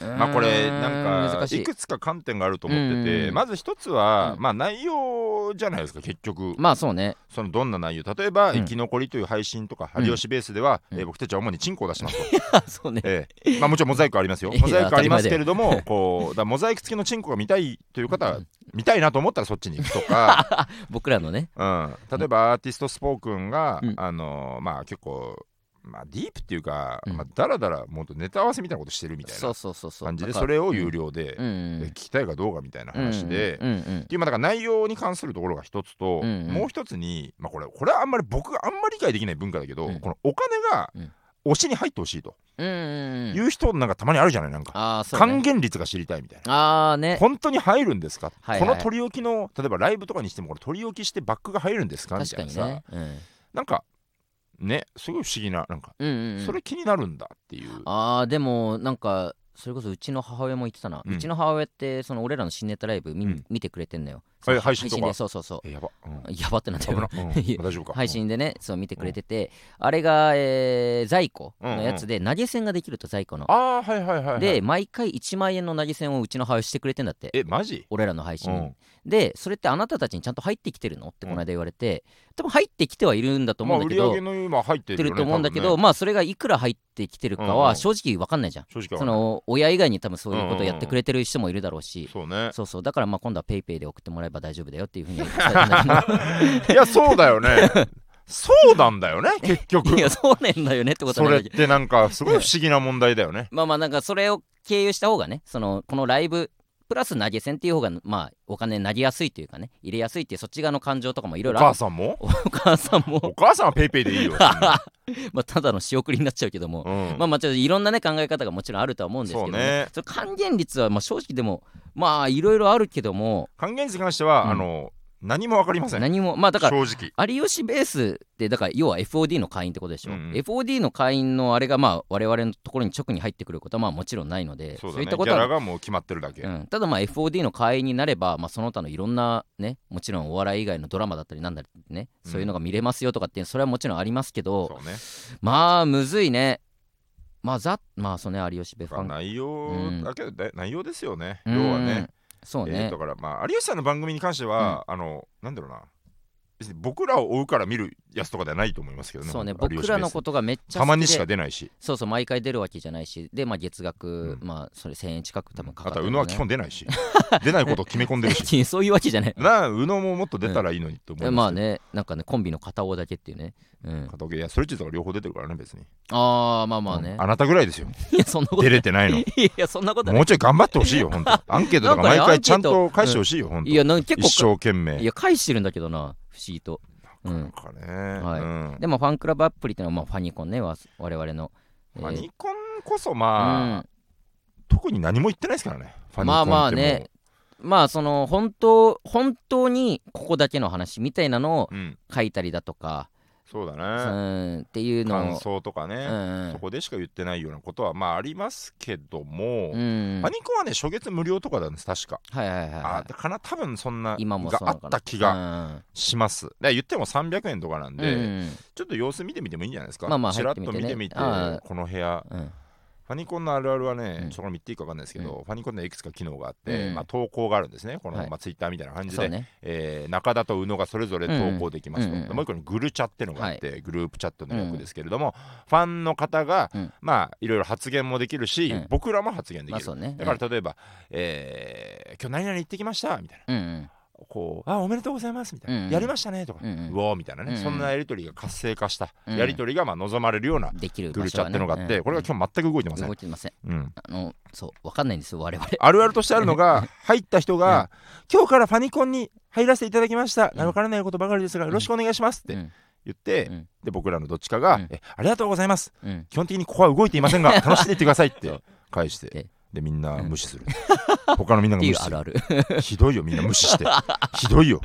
[SPEAKER 1] あ
[SPEAKER 2] まあこ
[SPEAKER 1] う
[SPEAKER 2] れ
[SPEAKER 1] ーん
[SPEAKER 2] なんか
[SPEAKER 1] 難し
[SPEAKER 2] い
[SPEAKER 1] い
[SPEAKER 2] くつか観点があると思って
[SPEAKER 1] うんうん
[SPEAKER 2] て、
[SPEAKER 1] うん
[SPEAKER 2] まず一つは、
[SPEAKER 1] うん
[SPEAKER 2] まあ内容じゃないですか結局、
[SPEAKER 1] まあそう ね
[SPEAKER 2] そのどんな内容例えば、
[SPEAKER 1] うん
[SPEAKER 2] 生き残りという配信とか、
[SPEAKER 1] うん
[SPEAKER 2] 有吉ベースでは、
[SPEAKER 1] うん
[SPEAKER 2] えー僕たちは主にチンコを出しますと、
[SPEAKER 1] あそうね
[SPEAKER 2] ええまあもちろんモザイクありますよ
[SPEAKER 1] いや
[SPEAKER 2] モザイクありますけれどもこうだからモザイク付きのチンコが見たいという方は、見たいなと思ったらそっちに行くとか
[SPEAKER 1] 僕らのね
[SPEAKER 2] うん、例えばアーティストスポークンが、
[SPEAKER 1] うん
[SPEAKER 2] あのまあ結構、まあ、ディープっていうか、
[SPEAKER 1] うん
[SPEAKER 2] まあ、だらだらもっとネタ合わせみたいなことしてるみたい
[SPEAKER 1] そ
[SPEAKER 2] な
[SPEAKER 1] うそうそうそう
[SPEAKER 2] 感じで
[SPEAKER 1] だから
[SPEAKER 2] それを有料で、
[SPEAKER 1] うんうん
[SPEAKER 2] え聞きたいかどうかみたいな話で。
[SPEAKER 1] うんうんうん
[SPEAKER 2] っていうまあだから内容に関するところが一つと、
[SPEAKER 1] うんうん
[SPEAKER 2] もう一つに、まあ、これこれはあんまり僕があんまり理解できない文化だけど、
[SPEAKER 1] うん
[SPEAKER 2] このお金が
[SPEAKER 1] うん
[SPEAKER 2] 推しに入ってほしいと
[SPEAKER 1] うんうんうん
[SPEAKER 2] いう人なんかたまにあるじゃないなんか、
[SPEAKER 1] ああそう
[SPEAKER 2] 還
[SPEAKER 1] ね
[SPEAKER 2] 元率が知りたいみたいな
[SPEAKER 1] ああね
[SPEAKER 2] 本当に入るんですか、
[SPEAKER 1] はいはい
[SPEAKER 2] この取り置きの例えばライブとかにしてもこれ取り置きしてバックが入るんですかみ
[SPEAKER 1] 確
[SPEAKER 2] た
[SPEAKER 1] か
[SPEAKER 2] いな
[SPEAKER 1] に
[SPEAKER 2] さ、
[SPEAKER 1] ね、うん
[SPEAKER 2] なんかねすごい不思議ななんか、
[SPEAKER 1] うんうんうん、
[SPEAKER 2] それ気になるんだっていう
[SPEAKER 1] あーでもなんかそれこそうちの母親も言ってたな、う
[SPEAKER 2] うん
[SPEAKER 1] ちの母親ってその俺らの新ネタライブ見,、
[SPEAKER 2] うん
[SPEAKER 1] 見てくれてんのよ
[SPEAKER 2] え配信とか
[SPEAKER 1] でそうそう そ
[SPEAKER 2] えやば、うん
[SPEAKER 1] うやばってなっちゃ
[SPEAKER 2] 危
[SPEAKER 1] う
[SPEAKER 2] な
[SPEAKER 1] よ、
[SPEAKER 2] うん
[SPEAKER 1] いや
[SPEAKER 2] 大丈夫か
[SPEAKER 1] 配信でねそう見てくれてて、あれが、えー在庫のやつで投げ銭ができると在庫の、
[SPEAKER 2] うんああはいはいはい、はい、
[SPEAKER 1] で毎回1万円の投げ銭をうちの母親してくれてんだって
[SPEAKER 2] えマジ
[SPEAKER 1] 俺らの配信に、
[SPEAKER 2] うん
[SPEAKER 1] でそれってあなたたちにちゃんと入ってきてるのってこの間言われて、多分入ってきてはいるんだと思
[SPEAKER 2] ま
[SPEAKER 1] う
[SPEAKER 2] あ
[SPEAKER 1] んだ
[SPEAKER 2] 売
[SPEAKER 1] け
[SPEAKER 2] り
[SPEAKER 1] ど、
[SPEAKER 2] 上げの今入って
[SPEAKER 1] 入って
[SPEAKER 2] る
[SPEAKER 1] る
[SPEAKER 2] よね
[SPEAKER 1] と思うんだけど、
[SPEAKER 2] 多分ね
[SPEAKER 1] まあそれがいくら入ってきてるか
[SPEAKER 2] うんう
[SPEAKER 1] は
[SPEAKER 2] ん
[SPEAKER 1] 正直分かんないじゃん、
[SPEAKER 2] 正直
[SPEAKER 1] そ
[SPEAKER 2] はね
[SPEAKER 1] の親以外に多分そういうことをやってくれてる人もいるだろうし、
[SPEAKER 2] そうね
[SPEAKER 1] そうそうだからまあ今度はペイペイで送ってもらえば大丈夫だよっていうふうには伝えたんだ
[SPEAKER 2] いやそうだよねそうなんだよね結
[SPEAKER 1] けど
[SPEAKER 2] 局
[SPEAKER 1] いやそうなんだよねってこと
[SPEAKER 2] そ
[SPEAKER 1] はな
[SPEAKER 2] れっ
[SPEAKER 1] んだけど
[SPEAKER 2] てなんかすごい不思議な問題だよね
[SPEAKER 1] まあまあなんかそれを経由した方がねそのこのライブプラス投げ銭っていう方がまあお金投げやすいというかね入れやすいっていうそっち側の感情とかもいろ
[SPEAKER 2] お
[SPEAKER 1] いろあ
[SPEAKER 2] 母
[SPEAKER 1] る
[SPEAKER 2] さんも
[SPEAKER 1] お母さんも
[SPEAKER 2] お母さんはペイペイでいいよ、そんな
[SPEAKER 1] まあただの仕送りになっちゃうけども、
[SPEAKER 2] うん
[SPEAKER 1] まあまあちょっといろんなね考え方がもちろんあるとは思うんですけども
[SPEAKER 2] そうね
[SPEAKER 1] その還元率はまあ正直でもまあいろいろあるけども
[SPEAKER 2] 還元率に関しては、
[SPEAKER 1] うん
[SPEAKER 2] あの何もわかりません
[SPEAKER 1] 何もまあだから
[SPEAKER 2] 正直
[SPEAKER 1] 有吉ベースってだから要は FOD の会員ってことでしょ、
[SPEAKER 2] うんうん
[SPEAKER 1] FOD の会員のあれがまあ我々のところに直に入ってくることはまあもちろんないので
[SPEAKER 2] そうだ
[SPEAKER 1] い
[SPEAKER 2] ね
[SPEAKER 1] っ
[SPEAKER 2] ギ
[SPEAKER 1] たこと
[SPEAKER 2] ャラ
[SPEAKER 1] は、
[SPEAKER 2] がもう決まってるだけ、
[SPEAKER 1] うん、ただまあ FOD の会員になれば、まあ、その他のいろんなねもちろんお笑い以外のドラマだったりなんだりねそういうのが見れますよとかっていうそれはもちろんありますけど、
[SPEAKER 2] そうね
[SPEAKER 1] まあむずいねまあザまあそうね有吉ベースファン
[SPEAKER 2] 内
[SPEAKER 1] う
[SPEAKER 2] 容
[SPEAKER 1] ん
[SPEAKER 2] だけど、だ内容ですよね、
[SPEAKER 1] うん
[SPEAKER 2] 要はね、
[SPEAKER 1] そう
[SPEAKER 2] え
[SPEAKER 1] ね
[SPEAKER 2] ーだからまあ有吉さんの番組に関しては、あのなんだろうな別に僕らを追うから見るやつとかではないと思いますけどね
[SPEAKER 1] そうね
[SPEAKER 2] 本当
[SPEAKER 1] 僕らの
[SPEAKER 2] 有吉ベース
[SPEAKER 1] ことがめっちゃ好きで
[SPEAKER 2] たまにしか出ないし、
[SPEAKER 1] そうそう毎回出るわけじゃないしでまあ月額、
[SPEAKER 2] うん
[SPEAKER 1] まあそれ1000円近く多分かか
[SPEAKER 2] あ
[SPEAKER 1] って
[SPEAKER 2] と
[SPEAKER 1] る
[SPEAKER 2] は宇
[SPEAKER 1] の
[SPEAKER 2] 野
[SPEAKER 1] ね、
[SPEAKER 2] は基本出ないし出ないことを決め込んでるし
[SPEAKER 1] そういうわけじゃない。
[SPEAKER 2] なあ宇野ももっと出たらいいのにと思いますけど、
[SPEAKER 1] まあね、なんかね、コンビの片方だけっていうね。うん、
[SPEAKER 2] 片岡いやそれ自体が両方出てるからね別に
[SPEAKER 1] ああ、まあまあね
[SPEAKER 2] うん。あなたぐらいですよ
[SPEAKER 1] いや、そんな こと
[SPEAKER 2] 出
[SPEAKER 1] ない。
[SPEAKER 2] れてないの
[SPEAKER 1] いや、そんなことない。
[SPEAKER 2] もうちょい頑張ってほしいよ本 当アンケートとか毎回ちゃんと返してほしいよ本当
[SPEAKER 1] いや、なんか
[SPEAKER 2] 一
[SPEAKER 1] 結構
[SPEAKER 2] 生懸
[SPEAKER 1] か、
[SPEAKER 2] 命
[SPEAKER 1] いや、返してるんだけどな、不思議と。う
[SPEAKER 2] なん
[SPEAKER 1] ん。
[SPEAKER 2] かね、
[SPEAKER 1] はい
[SPEAKER 2] うん
[SPEAKER 1] でも、ファンクラブアプリってのは、まあ、ファニコンね、わ我々の。えー
[SPEAKER 2] ファニコンこそまあ、
[SPEAKER 1] うん
[SPEAKER 2] 特に何も言ってないですからね。ファニコンってもう
[SPEAKER 1] まあまあね。まあ、その、本当、本当にここだけの話みたいなのを
[SPEAKER 2] うん、
[SPEAKER 1] 書いたりだとか、
[SPEAKER 2] そうだ
[SPEAKER 1] う
[SPEAKER 2] ね。
[SPEAKER 1] ん、っていうの
[SPEAKER 2] 感
[SPEAKER 1] を。
[SPEAKER 2] 想とか
[SPEAKER 1] う
[SPEAKER 2] ね、
[SPEAKER 1] ん
[SPEAKER 2] そこでしか言ってないようなことはまあありますけど
[SPEAKER 1] うん。うん。
[SPEAKER 2] も、ファ
[SPEAKER 1] はい
[SPEAKER 2] ニコンはね、初月無料とかなんです、確か。
[SPEAKER 1] はいはい
[SPEAKER 2] あ
[SPEAKER 1] は。
[SPEAKER 2] だから多分そんない
[SPEAKER 1] 今も
[SPEAKER 2] が
[SPEAKER 1] そうな
[SPEAKER 2] あ
[SPEAKER 1] の
[SPEAKER 2] っ
[SPEAKER 1] かな
[SPEAKER 2] た気が
[SPEAKER 1] うん
[SPEAKER 2] します。で言っても300円とかなんで、
[SPEAKER 1] うん
[SPEAKER 2] ちょっと様子見てみてもいいんじゃないですか。
[SPEAKER 1] まあまあ
[SPEAKER 2] ちらっと
[SPEAKER 1] 入って
[SPEAKER 2] 見
[SPEAKER 1] みてね
[SPEAKER 2] てみて、
[SPEAKER 1] あー
[SPEAKER 2] この部屋、
[SPEAKER 1] うん
[SPEAKER 2] ファニコンのあるあるはね、
[SPEAKER 1] うん
[SPEAKER 2] ちょっとこれも言っていいか分かんないですけど、ファニコンでいくつか機能があって、
[SPEAKER 1] うん
[SPEAKER 2] まあ、投稿があるんですね、この、
[SPEAKER 1] はい
[SPEAKER 2] まあ、ツイッターみたいな感じ
[SPEAKER 1] そう
[SPEAKER 2] で、
[SPEAKER 1] ね。
[SPEAKER 2] えー中田と宇野がそれぞれ投稿できます
[SPEAKER 1] う
[SPEAKER 2] と、
[SPEAKER 1] んうんうんうん
[SPEAKER 2] でもう一個にグルチャってのがあって、グループチャットの略ですけれども、ファンの方が、
[SPEAKER 1] うん
[SPEAKER 2] まあいろいろ発言もできるし、
[SPEAKER 1] うん
[SPEAKER 2] 僕らも発言で
[SPEAKER 1] まあ
[SPEAKER 2] きる、
[SPEAKER 1] そうね。
[SPEAKER 2] だから例えば、えー今日何々行ってきました」みたいな
[SPEAKER 1] うんうん
[SPEAKER 2] 「こうあおめでとうございます」みたいな「
[SPEAKER 1] うんうん
[SPEAKER 2] やりましたね」とか「う
[SPEAKER 1] うんうん
[SPEAKER 2] おー」みたいな
[SPEAKER 1] う
[SPEAKER 2] ね、
[SPEAKER 1] んうん
[SPEAKER 2] そんなやり取りが活性化した、
[SPEAKER 1] うん
[SPEAKER 2] やり取りがまあ望まれるような
[SPEAKER 1] できる
[SPEAKER 2] グ
[SPEAKER 1] 場
[SPEAKER 2] ルチ
[SPEAKER 1] 所
[SPEAKER 2] ャ
[SPEAKER 1] は
[SPEAKER 2] っ
[SPEAKER 1] ね
[SPEAKER 2] てのがあって、これが
[SPEAKER 1] う
[SPEAKER 2] 今日全く動いてま
[SPEAKER 1] ん
[SPEAKER 2] せん
[SPEAKER 1] 動い、てません。
[SPEAKER 2] うん
[SPEAKER 1] あのそうわかんないんですよ我々。
[SPEAKER 2] あるあるとしてあるのが入った人が、今日からファニコンに入らせていただきました、
[SPEAKER 1] うん
[SPEAKER 2] わからないことばかりですがよろしくお願いします」って
[SPEAKER 1] うん
[SPEAKER 2] 言って、
[SPEAKER 1] うん
[SPEAKER 2] で僕らのどっちかが、
[SPEAKER 1] うん
[SPEAKER 2] え「ありがとうございます
[SPEAKER 1] うん。
[SPEAKER 2] 基本的にここは動いていませ んが楽しんでいってください」っ
[SPEAKER 1] そ
[SPEAKER 2] て
[SPEAKER 1] う
[SPEAKER 2] 返して
[SPEAKER 1] で
[SPEAKER 2] でみんな無視する、他のみんな
[SPEAKER 1] っ
[SPEAKER 2] が
[SPEAKER 1] ていう
[SPEAKER 2] 無視
[SPEAKER 1] あ
[SPEAKER 2] す
[SPEAKER 1] る
[SPEAKER 2] る
[SPEAKER 1] ある。
[SPEAKER 2] ひどいよみんな無視して ひどいよ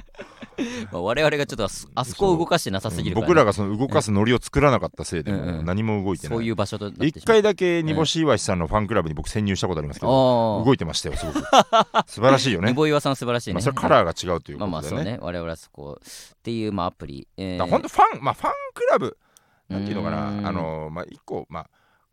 [SPEAKER 1] まあ 我々がちょっとあそあそこを動かしてなさすぎるからね、
[SPEAKER 2] 僕らがその動かすノリを作らなかったせいで、
[SPEAKER 1] うんうん
[SPEAKER 2] もう何も動いてない
[SPEAKER 1] そういう場所となって
[SPEAKER 2] 一
[SPEAKER 1] しまう。
[SPEAKER 2] 回だけ煮干しわしさんのファンクラブに僕潜入したことありますけど、
[SPEAKER 1] あ
[SPEAKER 2] 動いてましたよす ごく素晴らしいよ
[SPEAKER 1] あ、
[SPEAKER 2] ね
[SPEAKER 1] ね、ボイワさん素晴らしいね。
[SPEAKER 2] まあ、それはカラーが違うという
[SPEAKER 1] ま
[SPEAKER 2] こ
[SPEAKER 1] あまあ
[SPEAKER 2] とで
[SPEAKER 1] そう
[SPEAKER 2] ね
[SPEAKER 1] ね我々はそこっていうまあアプリ、え
[SPEAKER 2] だから本当ファン、まあ、ファンクラブ
[SPEAKER 1] 当
[SPEAKER 2] なんていうのかなあのまあ一個まあ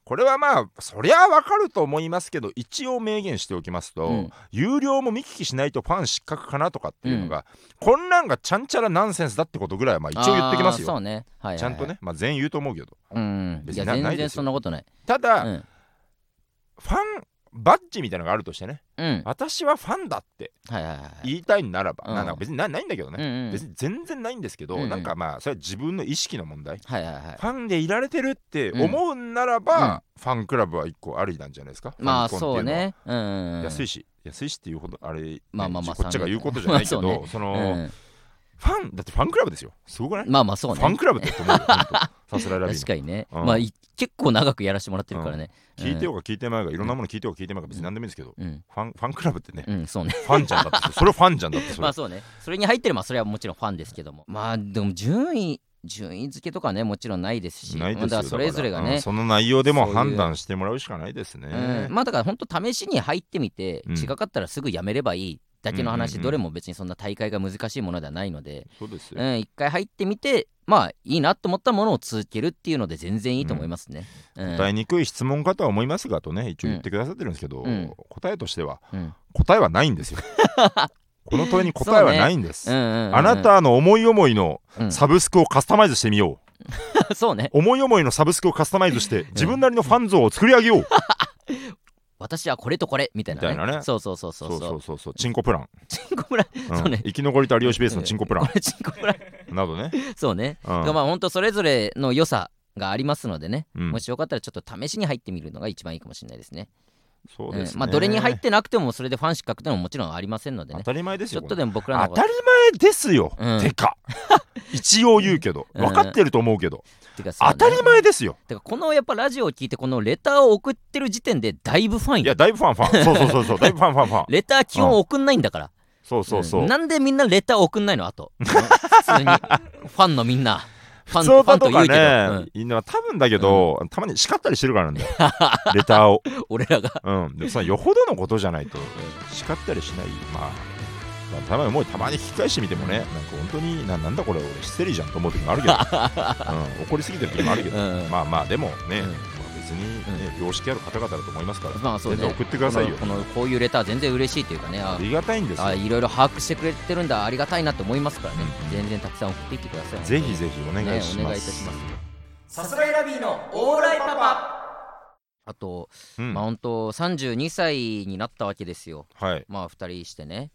[SPEAKER 2] これはまあそりゃわかると思いますけど一応明言しておきますと、
[SPEAKER 1] うん
[SPEAKER 2] 有料も見聞きしないとファン失格かなとかっていうのが、こんなんがちゃんちゃらナンセンスだってことぐらいはまあ一応言ってきます
[SPEAKER 1] あー
[SPEAKER 2] よ、
[SPEAKER 1] そうね、はいはいはい
[SPEAKER 2] ちゃんとね、まあ、全員言うと思うけど
[SPEAKER 1] うんい
[SPEAKER 2] 別
[SPEAKER 1] や
[SPEAKER 2] になな
[SPEAKER 1] 全
[SPEAKER 2] いで
[SPEAKER 1] 然
[SPEAKER 2] すよ
[SPEAKER 1] そんなことない
[SPEAKER 2] ただ、
[SPEAKER 1] うん、
[SPEAKER 2] ファンバッジみたいなのがあるとしてね
[SPEAKER 1] うん、
[SPEAKER 2] 私はファンだって
[SPEAKER 1] はいはいはい
[SPEAKER 2] 言いたいならば、
[SPEAKER 1] うん
[SPEAKER 2] なんか別になないんだけどね、
[SPEAKER 1] うんうん
[SPEAKER 2] 別に全然ないんですけど、
[SPEAKER 1] うんうん
[SPEAKER 2] なんかまあそれは自分の意識の問題
[SPEAKER 1] はいはいはい
[SPEAKER 2] ファンでいられてるって思うならば、
[SPEAKER 1] うんうん
[SPEAKER 2] ファンクラブは一個ありなんじゃないですか。
[SPEAKER 1] まあ
[SPEAKER 2] ファニコン
[SPEAKER 1] そう
[SPEAKER 2] っていのは。
[SPEAKER 1] ねうんうんうん
[SPEAKER 2] 安いし、安いしっていうほど、あれ、ね
[SPEAKER 1] まあまあまあ
[SPEAKER 2] こっちが言うことじゃないけど、
[SPEAKER 1] まあそう
[SPEAKER 2] その、
[SPEAKER 1] うん
[SPEAKER 2] ファン、だってファンクラブですよ。すごくない、
[SPEAKER 1] まあまあそうね
[SPEAKER 2] ファンクラブって思うよ、ほんと さすらいラビーの
[SPEAKER 1] 確かにね、
[SPEAKER 2] うん
[SPEAKER 1] まあい結構長くやらせてもらってるからね、うん、
[SPEAKER 2] 聞いてようが聞いてまいが、いろんなもの聞いてようが聞いてまいが、別に何でもいいんですけど、
[SPEAKER 1] うん
[SPEAKER 2] ファンファンクラブってね、
[SPEAKER 1] うんそうね
[SPEAKER 2] ファンじゃんだって、それファンじゃんだって、それ。
[SPEAKER 1] まあそうねそれに入ってるまあそれはもちろんファンですけどもまあでも順位順位付けとかねもちろんないですし
[SPEAKER 2] ないですよ
[SPEAKER 1] まあだからそれぞれが
[SPEAKER 2] だからう
[SPEAKER 1] ね
[SPEAKER 2] ん、その内容でも
[SPEAKER 1] そういう
[SPEAKER 2] 判断してもらうしかないですね。
[SPEAKER 1] うんまあだから本当試しに入ってみて、
[SPEAKER 2] うん
[SPEAKER 1] 違かったらすぐやめればいいだけの話、
[SPEAKER 2] うんうんうん
[SPEAKER 1] どれも別にそんな大会が難しいものではないので、
[SPEAKER 2] そうですよ
[SPEAKER 1] う。ん、一回入ってみてまあいいなと思ったものを続けるっていうので全然いいと思いますね。うん
[SPEAKER 2] 答えにくい質問かとは思いますがとね一応言ってくださってるんですけど、
[SPEAKER 1] うん
[SPEAKER 2] 答えとしては
[SPEAKER 1] うんうん
[SPEAKER 2] 答えはない んですよこの問いに答えはないんです、
[SPEAKER 1] うんうん
[SPEAKER 2] あな、たの思い思いの
[SPEAKER 1] うん
[SPEAKER 2] サブスクをカスタマイズしてみよう、
[SPEAKER 1] そうね
[SPEAKER 2] 思い思いのサブスクをカスタマイズして自分なりのファン像を作り上げよう、
[SPEAKER 1] 私はこれとこれみたいなね
[SPEAKER 2] みたいなね
[SPEAKER 1] そうそうそうそう
[SPEAKER 2] そうそう
[SPEAKER 1] そう
[SPEAKER 2] そうそうチンコプラン、
[SPEAKER 1] チンコプラ
[SPEAKER 2] うん
[SPEAKER 1] そうね
[SPEAKER 2] 生き残りと有吉ベースのチンコプ ラ
[SPEAKER 1] これチンコプラ
[SPEAKER 2] ンなどね、
[SPEAKER 1] そうね、
[SPEAKER 2] うん
[SPEAKER 1] まあ本当それぞれの良さがありますのでね、
[SPEAKER 2] うん
[SPEAKER 1] もしよかったらちょっと試しに入ってみるのが一番いいかもしれないですね。
[SPEAKER 2] そうですね、
[SPEAKER 1] うんまあ、どれに入ってなくてもそれでファン失格ってのももちろんありませんので
[SPEAKER 2] 当
[SPEAKER 1] ね
[SPEAKER 2] たり前です
[SPEAKER 1] ちょ
[SPEAKER 2] よ
[SPEAKER 1] っ
[SPEAKER 2] ことれ
[SPEAKER 1] でも僕らの
[SPEAKER 2] 当
[SPEAKER 1] こと
[SPEAKER 2] たり前ですよ、
[SPEAKER 1] うん
[SPEAKER 2] て か一応言うけど
[SPEAKER 1] うん
[SPEAKER 2] 分かってると思うけど、
[SPEAKER 1] てかそうね
[SPEAKER 2] 当たり前ですよ
[SPEAKER 1] てかこのやっぱラジオを聞いてこのレターを送ってる時点でだいぶファン
[SPEAKER 2] い
[SPEAKER 1] よ
[SPEAKER 2] やだいぶファンファ ンそうそうそうそうだいぶファンファンファン
[SPEAKER 1] レター基本送んないんだから、
[SPEAKER 2] そうそうそう、
[SPEAKER 1] んなんでみんなレター送んないのあ と普通にファンのみんなファン
[SPEAKER 2] 普通
[SPEAKER 1] ファ
[SPEAKER 2] 歌
[SPEAKER 1] ンと
[SPEAKER 2] と
[SPEAKER 1] 言
[SPEAKER 2] か
[SPEAKER 1] うけど、
[SPEAKER 2] ね、いいのは多分だけど、たまに叱ったりしてるからなんだ よレターを、
[SPEAKER 1] うん俺らが
[SPEAKER 2] うん、でもさよほどのことじゃないと叱ったりしないまあまあたまにもうたまに引き返してみてもね、なんか本当にななんだこれ俺ヒステリーじゃんと思う時もあるけど、うん、怒りすぎてる時もあるけど、
[SPEAKER 1] うん
[SPEAKER 2] まあまあでもね、
[SPEAKER 1] うん
[SPEAKER 2] まあ別に、ね良識ある方々だと思いますから、
[SPEAKER 1] まあそうね
[SPEAKER 2] 全然送ってくださいよ
[SPEAKER 1] このこのこういうレター全然嬉しいというかねあ
[SPEAKER 2] ありがたいんですよ
[SPEAKER 1] あいろいろ把握してくれてるんだありがたいなと思いますからね、
[SPEAKER 2] うん
[SPEAKER 1] 全然たくさん送っていってください
[SPEAKER 2] ぜひぜひお願
[SPEAKER 1] ね
[SPEAKER 2] いし
[SPEAKER 1] お願
[SPEAKER 2] ま
[SPEAKER 1] いいたし
[SPEAKER 2] す,、
[SPEAKER 1] ますさすらいラビーのオーライパパあと、
[SPEAKER 2] うん
[SPEAKER 1] まあ本当32歳になったわけですよ
[SPEAKER 2] はい
[SPEAKER 1] まあ2人してね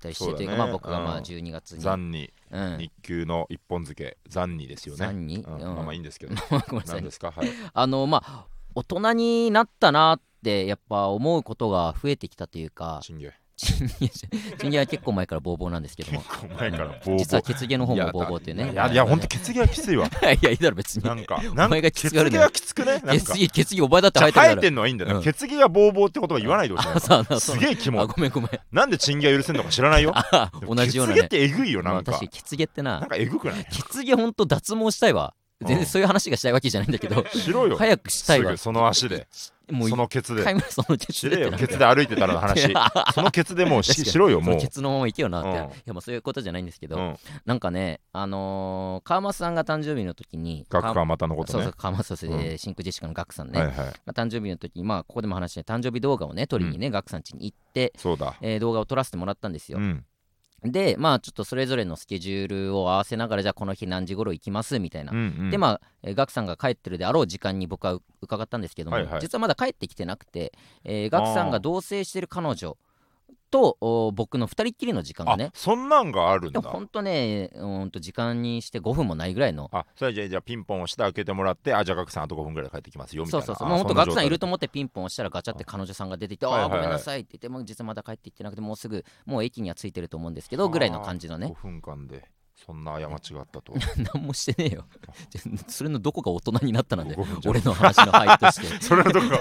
[SPEAKER 1] 2人し
[SPEAKER 2] そう
[SPEAKER 1] て
[SPEAKER 2] だ
[SPEAKER 1] というか
[SPEAKER 2] ね
[SPEAKER 1] まあ僕がま
[SPEAKER 2] う
[SPEAKER 1] あ
[SPEAKER 2] ん
[SPEAKER 1] 12月に
[SPEAKER 2] 残に
[SPEAKER 1] うん
[SPEAKER 2] 日給の一本漬け残にですよね
[SPEAKER 1] 残に
[SPEAKER 2] うん
[SPEAKER 1] うん
[SPEAKER 2] まあまあいいんですけど
[SPEAKER 1] ごめんなさ
[SPEAKER 2] 何
[SPEAKER 1] い
[SPEAKER 2] です かはい
[SPEAKER 1] あのまあ大人になったなってやっぱ思うことが増えてきたというか
[SPEAKER 2] チンゲ
[SPEAKER 1] チンゲチンゲは結構前からボーボーなんですけども
[SPEAKER 2] 結構前からボーボ ー
[SPEAKER 1] 実は血芸の方もボーボーっていうね
[SPEAKER 2] いやいや本当
[SPEAKER 1] い
[SPEAKER 2] 血毛はきついわ
[SPEAKER 1] や いやいいだろ別に
[SPEAKER 2] なんかなん
[SPEAKER 1] お前がき
[SPEAKER 2] 血
[SPEAKER 1] つがる
[SPEAKER 2] 毛
[SPEAKER 1] なら
[SPEAKER 2] はきつくねなん
[SPEAKER 1] 血
[SPEAKER 2] か
[SPEAKER 1] 液血液お前だって生えて
[SPEAKER 2] 生え
[SPEAKER 1] る
[SPEAKER 2] て
[SPEAKER 1] か
[SPEAKER 2] んのはいいんだ
[SPEAKER 1] う
[SPEAKER 2] よ
[SPEAKER 1] ん
[SPEAKER 2] 血毛がボーボーって言葉言わないでほしい
[SPEAKER 1] ら
[SPEAKER 2] な
[SPEAKER 1] あそうな
[SPEAKER 2] す
[SPEAKER 1] え
[SPEAKER 2] げえキモ
[SPEAKER 1] あ
[SPEAKER 2] い
[SPEAKER 1] ごめんごめん
[SPEAKER 2] なんでチン毛は許せんのか知らないよ
[SPEAKER 1] あ同じような
[SPEAKER 2] 血毛っ
[SPEAKER 1] ね
[SPEAKER 2] てえぐいよ
[SPEAKER 1] ま
[SPEAKER 2] な
[SPEAKER 1] あ
[SPEAKER 2] んか
[SPEAKER 1] 確かに血毛って
[SPEAKER 2] なん
[SPEAKER 1] な
[SPEAKER 2] かえぐくない
[SPEAKER 1] 血毛ほんと脱毛したいわ全然そういう話がしたいわけじゃないんだ けど、
[SPEAKER 2] しろよ。
[SPEAKER 1] 早くした
[SPEAKER 2] す
[SPEAKER 1] いわ
[SPEAKER 2] ぐ。その足で、
[SPEAKER 1] もう
[SPEAKER 2] そ
[SPEAKER 1] 一
[SPEAKER 2] のケツで
[SPEAKER 1] 回。目そのケ
[SPEAKER 2] し
[SPEAKER 1] ツ
[SPEAKER 2] れ
[SPEAKER 1] で
[SPEAKER 2] よ、
[SPEAKER 1] って
[SPEAKER 2] ケツで歩いてたらの 話。そのケツでもう
[SPEAKER 1] 確か
[SPEAKER 2] し
[SPEAKER 1] に
[SPEAKER 2] しろ
[SPEAKER 1] そ
[SPEAKER 2] よ、も
[SPEAKER 1] の
[SPEAKER 2] う
[SPEAKER 1] ケ。ツのまま行けよなって、
[SPEAKER 2] うん
[SPEAKER 1] いやまあそういうことじゃないんですけど、
[SPEAKER 2] うん、
[SPEAKER 1] なんかねあのー川松さんが誕生日の時に
[SPEAKER 2] 学
[SPEAKER 1] 川
[SPEAKER 2] 科またのこと
[SPEAKER 1] そうそ
[SPEAKER 2] ね
[SPEAKER 1] う。川松先生、
[SPEAKER 2] う
[SPEAKER 1] 真空ジェシカのガクさんね、
[SPEAKER 2] はいはい。
[SPEAKER 1] まあ、誕生日の時にまあここでも話して誕生日動画をね撮りにね、ガクさん家に行って、
[SPEAKER 2] そうだ。
[SPEAKER 1] えー動画を撮らせてもらったんですよ、
[SPEAKER 2] うん。
[SPEAKER 1] でまあちょっとそれぞれのスケジュールを合わせながらじゃあこの日何時頃行きますみたいな、
[SPEAKER 2] うんうん
[SPEAKER 1] でまあ、えーガクさんが帰ってるであろう時間に僕はう伺ったんですけども、
[SPEAKER 2] はいはい
[SPEAKER 1] 実はまだ帰ってきてなくて、えー、ガクさんが同棲してる彼女とお僕の2人っきりの時間がね
[SPEAKER 2] あそんなんがあるん
[SPEAKER 1] で
[SPEAKER 2] だ
[SPEAKER 1] もほんとねうーんと時間にして5分もないぐらいの。
[SPEAKER 2] あそれじゃあじゃあピンポン押して開けてもらってあじゃあガクさんあと5分ぐらいで帰ってきますよみた
[SPEAKER 1] そ
[SPEAKER 2] いうな
[SPEAKER 1] そうそう、
[SPEAKER 2] あ
[SPEAKER 1] もうほんと
[SPEAKER 2] な
[SPEAKER 1] ガク
[SPEAKER 2] 状
[SPEAKER 1] さ
[SPEAKER 2] 態
[SPEAKER 1] んいると思ってピンポン押したらガチャって彼女さんが出てきて、あ
[SPEAKER 2] はいは
[SPEAKER 1] あ、
[SPEAKER 2] い
[SPEAKER 1] ご
[SPEAKER 2] はい
[SPEAKER 1] めんなさいって言って、もう実はまだ帰ってきてなくて、もうすぐ、もう駅には着いてると思うんですけど、ぐらいの感じの
[SPEAKER 2] 5
[SPEAKER 1] ね、
[SPEAKER 2] 分間でそんな過ちがあったと
[SPEAKER 1] 何もしてねえ よ。それのどこが大人になったなんで
[SPEAKER 2] 5分、じゃ
[SPEAKER 1] 俺 の話の範囲として。
[SPEAKER 2] それはどこか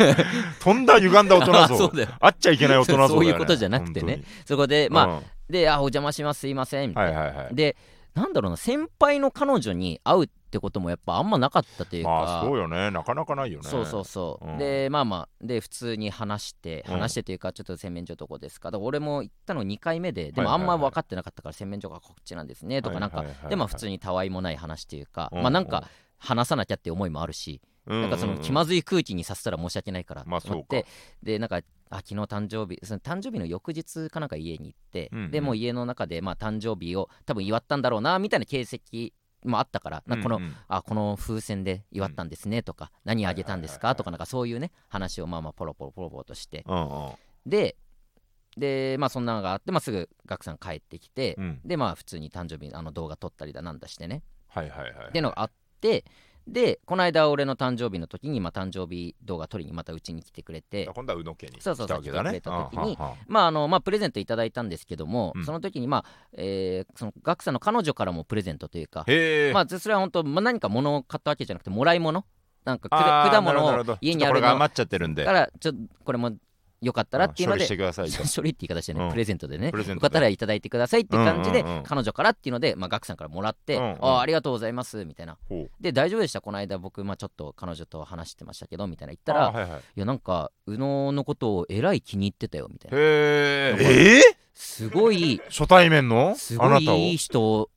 [SPEAKER 2] 飛んだ歪んだ 大 人
[SPEAKER 1] そ
[SPEAKER 2] 像
[SPEAKER 1] うだよ。
[SPEAKER 2] あっちゃいけない大人像だよ、ね、
[SPEAKER 1] そういうことじゃなくてねそこで、
[SPEAKER 2] 本当に
[SPEAKER 1] まあ、で、あ、お邪魔します、すいません、み
[SPEAKER 2] うん
[SPEAKER 1] たい
[SPEAKER 2] は
[SPEAKER 1] な。
[SPEAKER 2] いはいはい
[SPEAKER 1] で、なんだろうな、先輩の彼女に会うってこともやっぱあんまなかったというか、
[SPEAKER 2] まあそうよねなかなかないよね
[SPEAKER 1] そうそうそう、
[SPEAKER 2] うん
[SPEAKER 1] でまあまあで普通に話して
[SPEAKER 2] うん
[SPEAKER 1] 話してというかちょっと洗面所どこですかだから俺も行ったの2回目でで
[SPEAKER 2] は
[SPEAKER 1] もあ
[SPEAKER 2] いはい
[SPEAKER 1] ん
[SPEAKER 2] はい
[SPEAKER 1] ま分かってなかったから洗面所がこっちなんですねとかなんか、
[SPEAKER 2] はいはいはいはい
[SPEAKER 1] でまあ普通にたわいもない話というか、
[SPEAKER 2] うん
[SPEAKER 1] まあなんか話さなきゃって思いもあるし、
[SPEAKER 2] うん
[SPEAKER 1] なんかその気まずい空気にさせたら申し訳ないから
[SPEAKER 2] まあ
[SPEAKER 1] と思って、
[SPEAKER 2] そうか
[SPEAKER 1] でなんかあ昨日誕生日その誕生日の翌日かなんか家に行って、
[SPEAKER 2] うんうん
[SPEAKER 1] でもう家の中でまあ誕生日を多分祝ったんだろうなみたいな形跡もあったから、なんかこの
[SPEAKER 2] うんうん
[SPEAKER 1] あこの風船で祝ったんですねとか、何あげたんです
[SPEAKER 2] は
[SPEAKER 1] か
[SPEAKER 2] いはいはいはい
[SPEAKER 1] とかなんかそういうね話をまあまあポロポロポロポロとして
[SPEAKER 2] うんうん
[SPEAKER 1] ででまあそんなのがあって、まあ、すぐガクさん帰ってきて、
[SPEAKER 2] うん
[SPEAKER 1] でまあ普通に誕生日あの動画撮ったりだなんだしてね
[SPEAKER 2] はいはいはい
[SPEAKER 1] っていうのがあってでこの間俺の誕生日の時に、まあ、誕生日動画撮りにまたうちに来てくれて
[SPEAKER 2] 今度は宇野家に来た
[SPEAKER 1] そうそうそう
[SPEAKER 2] わけだね
[SPEAKER 1] 来てくれた時に
[SPEAKER 2] うんうんうん
[SPEAKER 1] まああのまあプレゼントいただいたんですけども、
[SPEAKER 2] うん
[SPEAKER 1] その時にまあ、えーそのガクさんの彼女からもプレゼントというか
[SPEAKER 2] へ え、
[SPEAKER 1] まあ、そそれは本当、まあ、何か物を買ったわけじゃなくて、もらい物なんかく
[SPEAKER 2] あー
[SPEAKER 1] だ果
[SPEAKER 2] なるほどな
[SPEAKER 1] 物
[SPEAKER 2] るほ
[SPEAKER 1] を
[SPEAKER 2] ど
[SPEAKER 1] 家にあ
[SPEAKER 2] ちょっとこれ
[SPEAKER 1] るの
[SPEAKER 2] が
[SPEAKER 1] だ
[SPEAKER 2] 余っちゃってるんで
[SPEAKER 1] から、ちょっとこれもよかったらっていうの
[SPEAKER 2] うん処理して
[SPEAKER 1] で、
[SPEAKER 2] くださいと
[SPEAKER 1] 処理って言い方してね、
[SPEAKER 2] うん
[SPEAKER 1] プレゼントでね、
[SPEAKER 2] プレゼン
[SPEAKER 1] よ
[SPEAKER 2] トで
[SPEAKER 1] かったらいただいてくださいって感じで、
[SPEAKER 2] うんうんうん
[SPEAKER 1] 彼女からっていうので、まあ、ガクさんからもらって、
[SPEAKER 2] うんうん
[SPEAKER 1] ああ、ありがとうございますみたいな。
[SPEAKER 2] ほう
[SPEAKER 1] で、大丈夫でした、この間僕、まあ、ちょっと彼女と話してましたけどみたいな言った
[SPEAKER 2] あ
[SPEAKER 1] ら、い、
[SPEAKER 2] はいはい
[SPEAKER 1] や、なんか、宇野のことをえらい気に入ってたよみたいな。
[SPEAKER 2] へ
[SPEAKER 1] なんか
[SPEAKER 2] ええ
[SPEAKER 1] すごい、
[SPEAKER 2] ー初対面の
[SPEAKER 1] す
[SPEAKER 2] あ
[SPEAKER 1] ご
[SPEAKER 2] ないたを
[SPEAKER 1] いい人